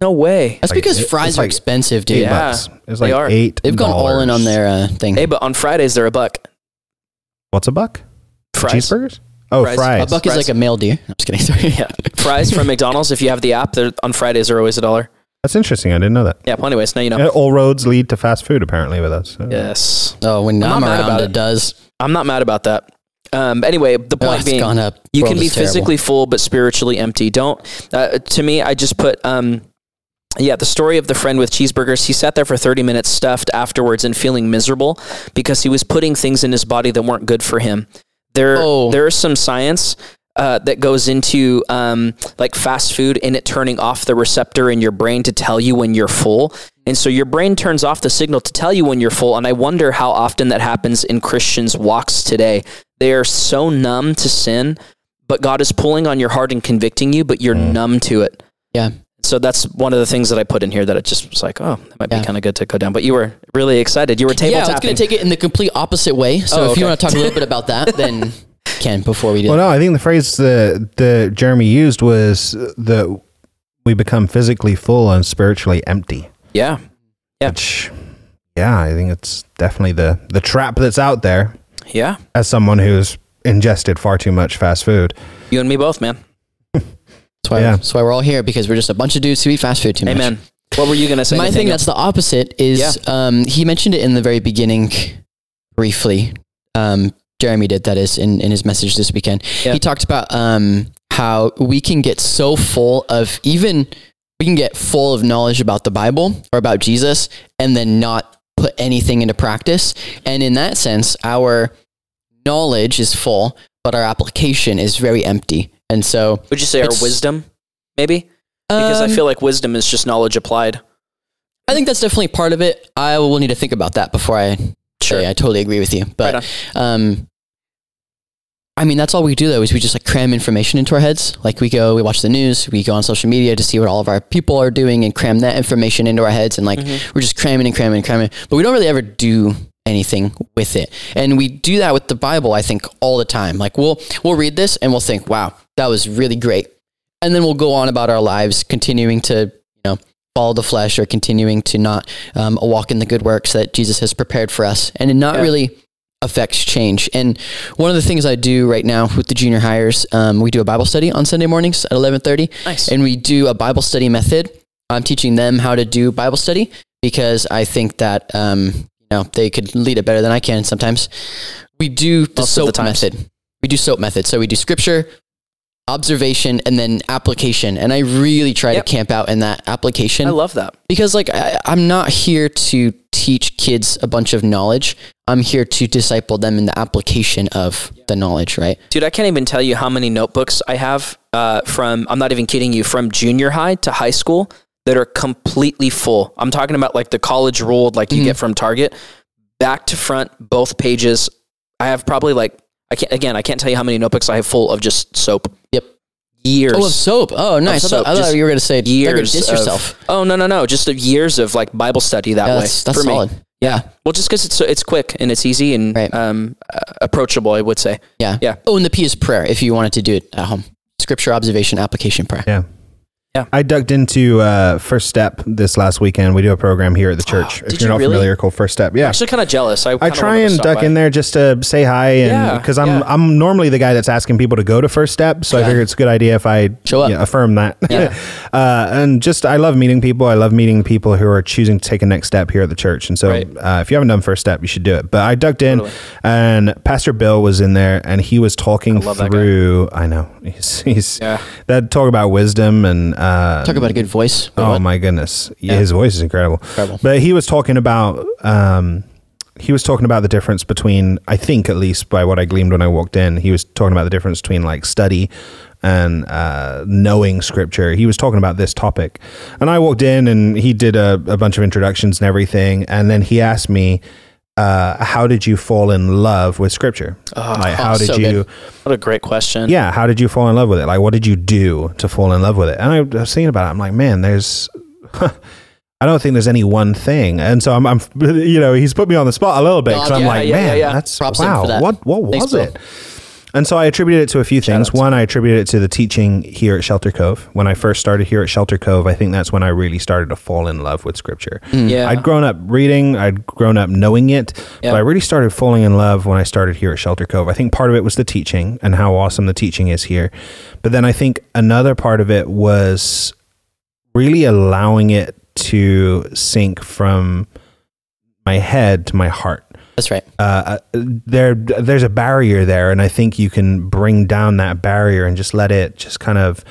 No way.
That's because
it- it's
fries are
like-
expensive, dude.
Eight
Yeah.
bucks. It's
they
like
are.
eight.
They've gone all in
dollars.
on their uh, thing.
Hey, but on Fridays they're a buck.
What's a buck? For
Fries.
Cheeseburgers? Oh,
Fries.
fries.
a buck is
fries.
like a male deer. I'm just kidding. Sorry.
Yeah. Fries from McDonald's. If you have the app, they're on Fridays are always a dollar.
That's interesting. I didn't know that.
Yeah. Well, anyways, now you know.
Yeah, All roads lead to fast food, apparently, with us. So-
Yes.
Oh, when
I'm
I'm,
not mad
around,
about
it,
it.
does.
I'm not mad about that. Um, anyway, the
Oh,
point
it's
being,
gone up.
you
World
can be
is terrible.
physically full but spiritually empty. Don't. Uh, to me, I just put. Um, yeah, the story of the friend with cheeseburgers. He sat there for 30 minutes stuffed afterwards and feeling miserable because he was putting things in his body that weren't good for him. There,
Oh.
there is some science uh, that goes into um, like fast food and it turning off the receptor in your brain to tell you when you're full. And so your brain turns off the signal to tell you when you're full. And I wonder how often that happens in Christians' walks today. They are so numb to sin, but God is pulling on your heart and convicting you, but you're numb to it.
Yeah.
So that's one of the things that I put in here that it just was like, oh, that might
Yeah.
be kind of good to go down. But you were really excited. You were table
yeah, I was
tapping.
going to take it in the complete opposite way. So
Oh,
if you
okay.
want to talk a little bit about that, then Ken, before we do.
Well, no, I think the phrase that the Jeremy used was that we become physically full and spiritually empty.
yeah, Yeah.
Which, yeah, I think it's definitely the the trap that's out there.
yeah.
As someone who's ingested far too much fast food,
You and me both, man.
that's, why,
yeah.
that's why we're all here because we're just a bunch of dudes who eat fast food too much.
Amen. What were you going to say?
My thing
Nathaniel?
that's the opposite is um, he mentioned it in the very beginning briefly. Um, Jeremy did, that is, in, in his message this weekend.
Yeah.
He talked about um, how we can get so full of even, we can get full of knowledge about the Bible or about Jesus and then not put anything into practice. And in that sense, our knowledge is full, but our application is very empty. And so,
would you say our
it's-
wisdom, maybe? Because
um,
I feel like wisdom is just knowledge applied.
I think that's definitely part of it. I will need to think about that before I sure. I totally agree with you. But
Right
um, I mean, that's all we do though is we just like cram information into our heads. Like we go, we watch the news, we go on social media to see what all of our people are doing and cram that information into our heads, and like
Mm-hmm.
we're just cramming and cramming and cramming. But we don't really ever do anything with it, and we do that with the Bible. I think all the time. Like we'll we'll read this and we'll think, wow, that was really great, and then we'll go on about our lives, continuing to you know follow the flesh or continuing to not um, walk in the good works that Jesus has prepared for us, and it not
Yeah.
really affects change. And one of the things I do right now with the junior hires, um, we do a Bible study on Sunday mornings at eleven thirty,
Nice.
and we do a Bible study method. I'm teaching them how to do Bible study because I think that um, you know they could lead it better than I can sometimes. We do the
Most of the
soap
times.
method. We do soap method. So we do scripture, observation, and then application. And I really try
Yep.
to camp out in that application
I love that.
because like I, I'm not here to teach kids a bunch of knowledge. I'm here to disciple them in the application of the knowledge, right?
Dude, I can't even tell you how many notebooks I have uh, from, I'm not even kidding you, from junior high to high school that are completely full. I'm talking about like the college rolled, like you get
Mm-hmm.
from Target, back to front, both pages. I have probably like, I can't, again, I can't tell you how many notebooks I have full of just soap.
Yep.
Years.
Oh, of soap. Oh, nice. I
soap,
thought, I
just
thought you were gonna say years.
years.
diss
of-
yourself.
oh, no, no, no. Just of years of like Bible study that
Yeah,
way.
that's that's
for me.
solid. Yeah.
Well, just because it's, so- it's quick and it's easy and
Right.
um, uh, approachable, I would say.
Yeah.
Yeah.
Oh, and the P is prayer if you wanted to do it at home. Scripture observation application prayer.
yeah.
Yeah.
I ducked into uh, First Step this last weekend. We do a program here at the church.
did
if you're
you
not
really?
familiar, called First Step. Yeah.
Actually, kind of jealous. I,
I
kinda
try
wanted to
and
stop
duck
by.
in there just to say hi, and
Yeah,
because I'm
yeah.
I'm normally the guy that's asking people to go to first step, so I figure it's a good idea if I
Show up.
yeah, affirm that.
Yeah.
uh, and just I love meeting people. I love meeting people who are choosing to take a next step here at the church. And so,
Right.
uh, if you haven't done first step, you should do it. But I ducked in, and Pastor Bill was in there, and he was talking
love that guy.
through. I know he's he's
Yeah.
that talk about wisdom and uh,
Talk about a good voice. Wait,
Oh
what?
my goodness, yeah. his voice is incredible.
Incredible.
But he was talking about um, he was talking about the difference between I think at least by what I gleamed when I walked in, he was talking about the difference between like study and uh, knowing scripture. He was talking about this topic, and I walked in and he did a, a bunch of introductions and everything, and then he asked me. Uh, how did you fall in love with scripture? like, how did
Ah, oh, so
you?
good.
What a great question.
yeah, how did you fall in love with it? Like, what did you do to fall in love with it? And I, I was thinking about it. I'm like, man, there's, I don't think there's any one thing. And so I'm, I'm you know, he's put me on the spot a little bit because
No,
I'm
yeah,
like,
yeah, yeah,
man,
yeah.
that's
Props to him
wow.
for that.
What what
Thanks,
was
Bill.
it? And so I attributed it to a few things.
out.
One, I attributed it to the teaching here at Shelter Cove. When I first started here at Shelter Cove, I think that's when I really started to fall in love with Scripture.
Yeah.
I'd grown up reading, I'd grown up knowing it,
Yeah.
but I really started falling in love when I started here at Shelter Cove. I think part of it was the teaching and how awesome the teaching is here. But then I think another part of it was really allowing it to sink from my head to my heart
That's right.
uh, there there's a barrier there, and I think you can bring down that barrier and just let it just kind of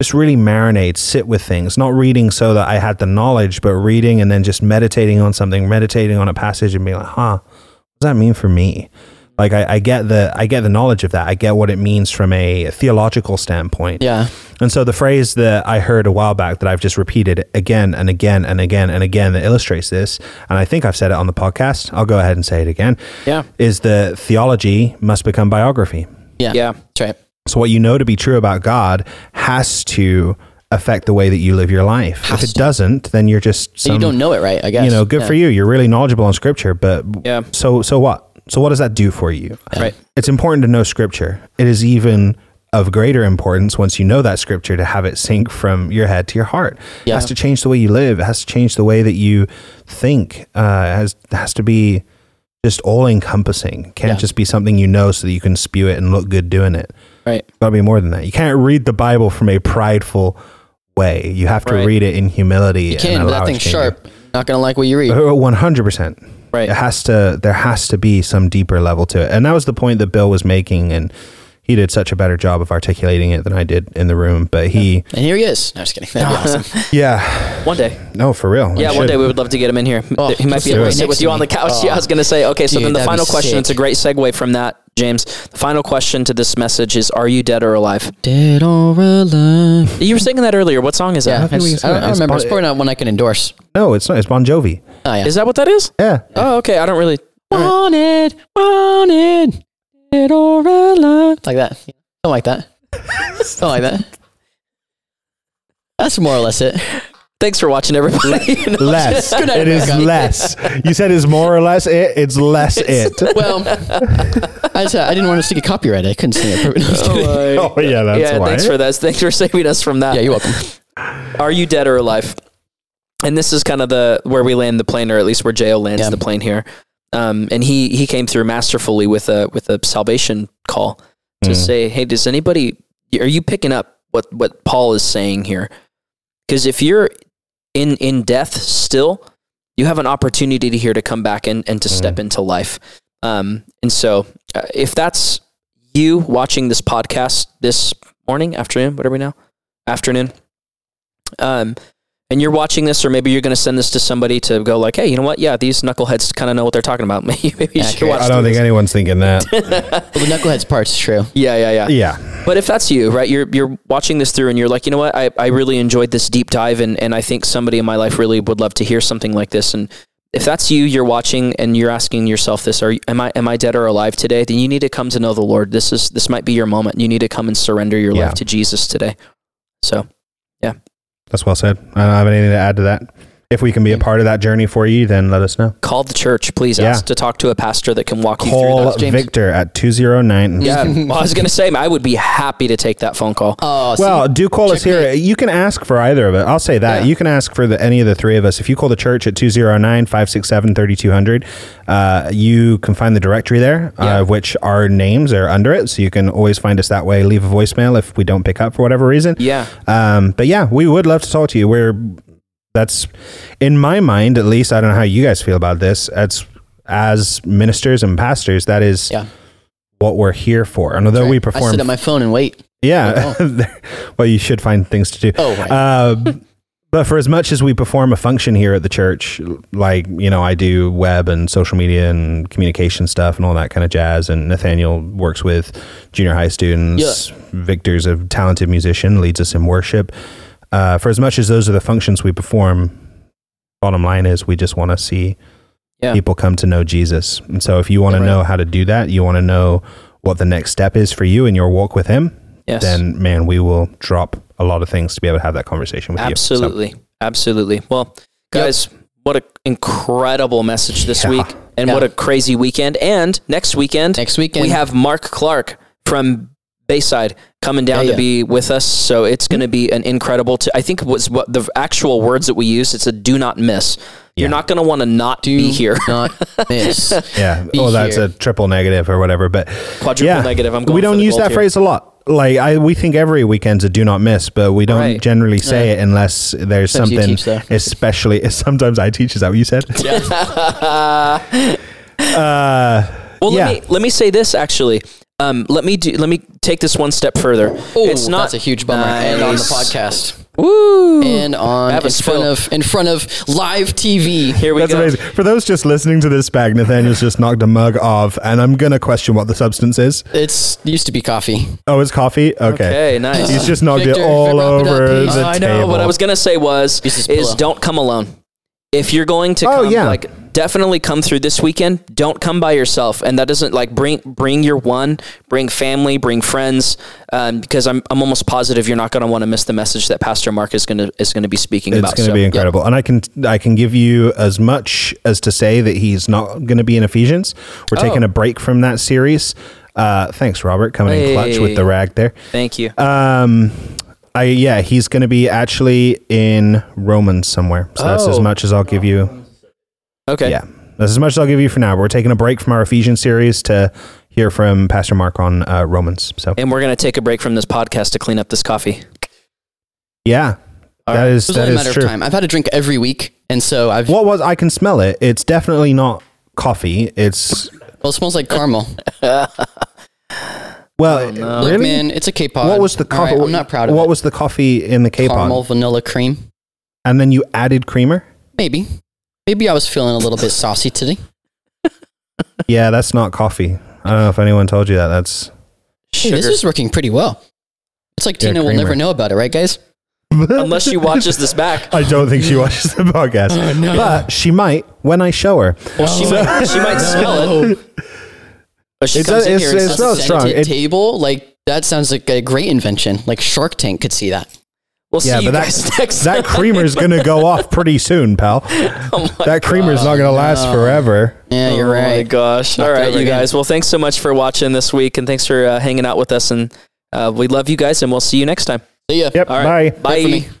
just really marinate, sit with things. Not reading so that I had the knowledge, but reading and then just meditating on something, meditating on a passage, and being like, huh, what does that mean for me? Like I, I get the I get the knowledge of that. I get what it means from a theological standpoint.
Yeah.
And so the phrase that I heard a while back that I've just repeated again and again and again and again that illustrates this, and I think I've said it on the podcast. I'll go ahead and say it again.
Yeah.
Is the theology must become biography.
Yeah.
Yeah.
That's right.
So what you know to be true about God has to affect the way that you live your life.
Has
if it
to.
doesn't, then you're just
And
some,
you don't know it, right? I guess.
Um, you know, good for you. You're really knowledgeable on scripture, but
Yeah.
so so what? So what does that do for you?
Right.
It's important to know scripture. It is even of greater importance once you know that scripture to have it sink from your head to your heart. It
Yeah.
has to change the way you live. It has to change the way that you think. Uh, it has it has to be just all encompassing. Can't
Yeah.
just be something you know so that you can spew it and look good doing it.
Right.
Got to be more than that. You can't read the Bible from a prideful way. You have to
Right.
read it in humility.
You can, but that thing's sharp. Not gonna like what you read.
Uh, One hundred percent.
Right.
It has to. There has to be some deeper level to it, and that was the point that Bill was making, and he did such a better job of articulating it than I did in the room. But he,
And here he is. No, I'm just kidding. That'd be awesome.
yeah,
One day.
no, for real. I
Yeah, one
should.
day we would love to get him in here.
Oh,
he might
let's
be
do
able
it.
to sit
Next
with
to
you on
me.
the couch.
Oh.
Yeah, I was going to say. Okay, so
Dude,
then the
that'd be
final question.
sick.
It's a great segue from that, James. The final question to this message is: Are you dead or alive?
Dead or alive.
You were singing that earlier. What song is
Yeah,
that?
think we
it's-
can say
I
that.
don't, I don't
It's
remember.
bon-
It's probably not one I can endorse.
No, it's not. It's Bon Jovi.
Oh yeah.
Is that what that is?
Yeah.
Oh, okay. I don't really.
wanted, wanted, dead or alive. Like that. Don't like that. Don't like that. That's more or less it.
Thanks for watching, everybody. You know?
Less.
Good night,
it is
America.
less. You said it's more or less it. It's less it.
Well, I just, I didn't want to stick a copyright. I couldn't sing it. No, I'm just kidding.
Oh yeah, that's
yeah,
why.
thanks for that. Thanks for saving us from that.
yeah, you're welcome.
Are you dead or alive? And this is kind of the where we land the plane, or at least where Jo lands
Yeah.
the plane here. Um, and he he came through masterfully with a with a salvation call to
Mm.
say, hey, does anybody are you picking up what what Paul is saying here? Because if you're in in death still, you have an opportunity to here to come back and
Mm.
and to step into life. Um, and so uh, if that's you watching this podcast this morning, afternoon, what are we now? Afternoon. Um, and you're watching this, or maybe you're going to send this to somebody to go like, "Hey, you know what? Yeah, these knuckleheads kind of know what they're talking about. maybe you should
Accurate.
watch."
I don't think anyone's thinking that.
Well, the knuckleheads part's true.
Yeah, yeah, yeah.
yeah.
But if that's you, right, you're you're watching this through and you're like, you know what, I, I really enjoyed this deep dive and, and I think somebody in my life really would love to hear something like this. And if that's you, you're watching and you're asking yourself this, are am I am I dead or alive today? Then you need to come to know the Lord. This is this might be your moment. You need to come and surrender your
Yeah.
life to Jesus today. So
That's well said. I don't have anything to add to that. If we can
Mm.
be a part of that journey for you, then let us know.
call the church, please
Yeah.
ask to talk to a pastor that can walk you through
Call
that.
James.
Victor at 209.
Yeah. well, I was gonna say I would be happy to take that phone
Uh,
call.
Oh, see,
Well, do call us here. You can ask for either of it. I'll say that. You can ask for the, any of the three of us. If you call the church at 209 567 3200, uh, you can find the directory there, uh, of which our names are under it. So you can always find us that way. Leave a voicemail if we don't pick up for whatever reason.
Yeah.
Um, but yeah, we would love to talk to you. We're, that's in my mind, at least. I don't know how you guys feel about this. That's as ministers and pastors, that is
Yeah.
what we're here for. And although we
I
perform
sit at my phone and wait.
yeah. well, you should find things to do.
Oh, right.
Uh, But for as much as we perform a function here at the church, like, you know, I do web and social media and communication stuff and all that kind of jazz, and Nathaniel works with junior high students.
Yeah.
Victor's a talented musician, leads us in worship. Uh, for as much as those are the functions we perform, bottom line is we just want to see
Yeah.
people come to know Jesus. And so if you want to
Right.
know how to do that, you want to know what the next step is for you in your walk with Him,
Yes.
then, man, we will drop a lot of things to be able to have that conversation with you. So-
Absolutely. Absolutely. Well, guys, what an incredible message this
Yeah.
week and
Yeah.
what a crazy weekend. And next weekend,
Next weekend.
we have Mark Clark from Bayside coming down
Yeah,
to
yeah.
be with us. So it's going to be an incredible, t- I think was what the actual words that we use. It's a do not miss. You're
Yeah.
not going to want to not
do
be here.
not miss.
Yeah.
Be
oh, that's
here.
a triple negative or whatever. But
Quadruple
yeah,
negative. I'm
we
going for
don't
the
use
gold
that
here.
phrase a lot. Like I, we think every weekend's a do not miss, but we don't
Right.
generally say it unless there's
Sometimes
something.
you teach that.
Especially sometimes I teach. Is that what you said? Yeah. uh,
Well,
Yeah.
let me let me say this actually. Um, let me do, let me take this one step further.
Ooh, that's a huge bummer. And on the
Nice.
podcast.
Woo!
And on in
Have a
front
spill.
of in front of live TV.
Here we
that's
go.
amazing. For those just listening to this bag, Nathaniel's just knocked a mug of, and I'm gonna question what the substance is.
It's used to be coffee.
Oh, it's coffee. Okay.
Okay, nice.
He's just knocked
Victor,
it all
wrap it up,
over
please.
the
I know.
table.
What I was gonna say was
This is
is
pillow.
don't come alone. If you're going to
Oh,
come,
yeah.
like definitely come through this weekend. Don't come by yourself, and that doesn't like bring bring your one, bring family, bring friends, um, because I'm I'm almost positive you're not going to want to miss the message that Pastor Mark is gonna is gonna be speaking
It's
about.
going to
So,
be incredible, and I can I can give you as much as to say that he's not going to be in Ephesians. We're taking
Oh.
a break from that series. Uh, thanks, Robert, coming in clutch
Hey.
with the rag there.
Thank you.
Um, I yeah, he's going to be actually in Romans somewhere. So that's as
Oh.
much as I'll give you.
okay.
Yeah, that's as much as I'll give you for now. We're taking a break from our Ephesians series to hear from Pastor Mark on uh, Romans. So
And we're gonna take a break from this podcast to clean up this coffee.
yeah, that is
It's
that
only a matter
is
of
true.
time. I've had a drink every week, and so I've
What was I can smell it. It's definitely not coffee. It's
well, it smells like caramel.
Well,
Look,
Uh, Oh, really?
man, it's a K-pop.
What was the
All
coffee?
right, I'm not proud of
What
it.
was the coffee in the K-pop?
caramel vanilla cream?
And then you added creamer?
Maybe, maybe I was feeling a little bit saucy today.
Yeah, that's not coffee. I don't know if anyone told you that. That's
Hey, this is working pretty well. It's like
Yeah,
Tina will
creamer.
never know about it, right, guys?
Unless she watches this back,
I don't think she watches the podcast, but she might when I show her.
well, she, might, she might smell it. But she
It's
comes
a-
in
it's-
here and
it's
says,
not-
Scented
strong. It-
table, like that sounds like a great invention. Like Shark Tank could see that.
"We'll
Yeah,
see
but
you
that-
guys next
That
time."
creamer's gonna go off pretty soon, pal. that creamer's not gonna last forever.
Yeah, you're
Oh my
right.
gosh. All
Knocked it
right,
over
you
again.
guys. Well, thanks so much for watching this week and thanks for uh, hanging out with us. And uh, we love you guys and we'll see you next time.
See ya.
Yep.
All right.
Bye.
Pray for me.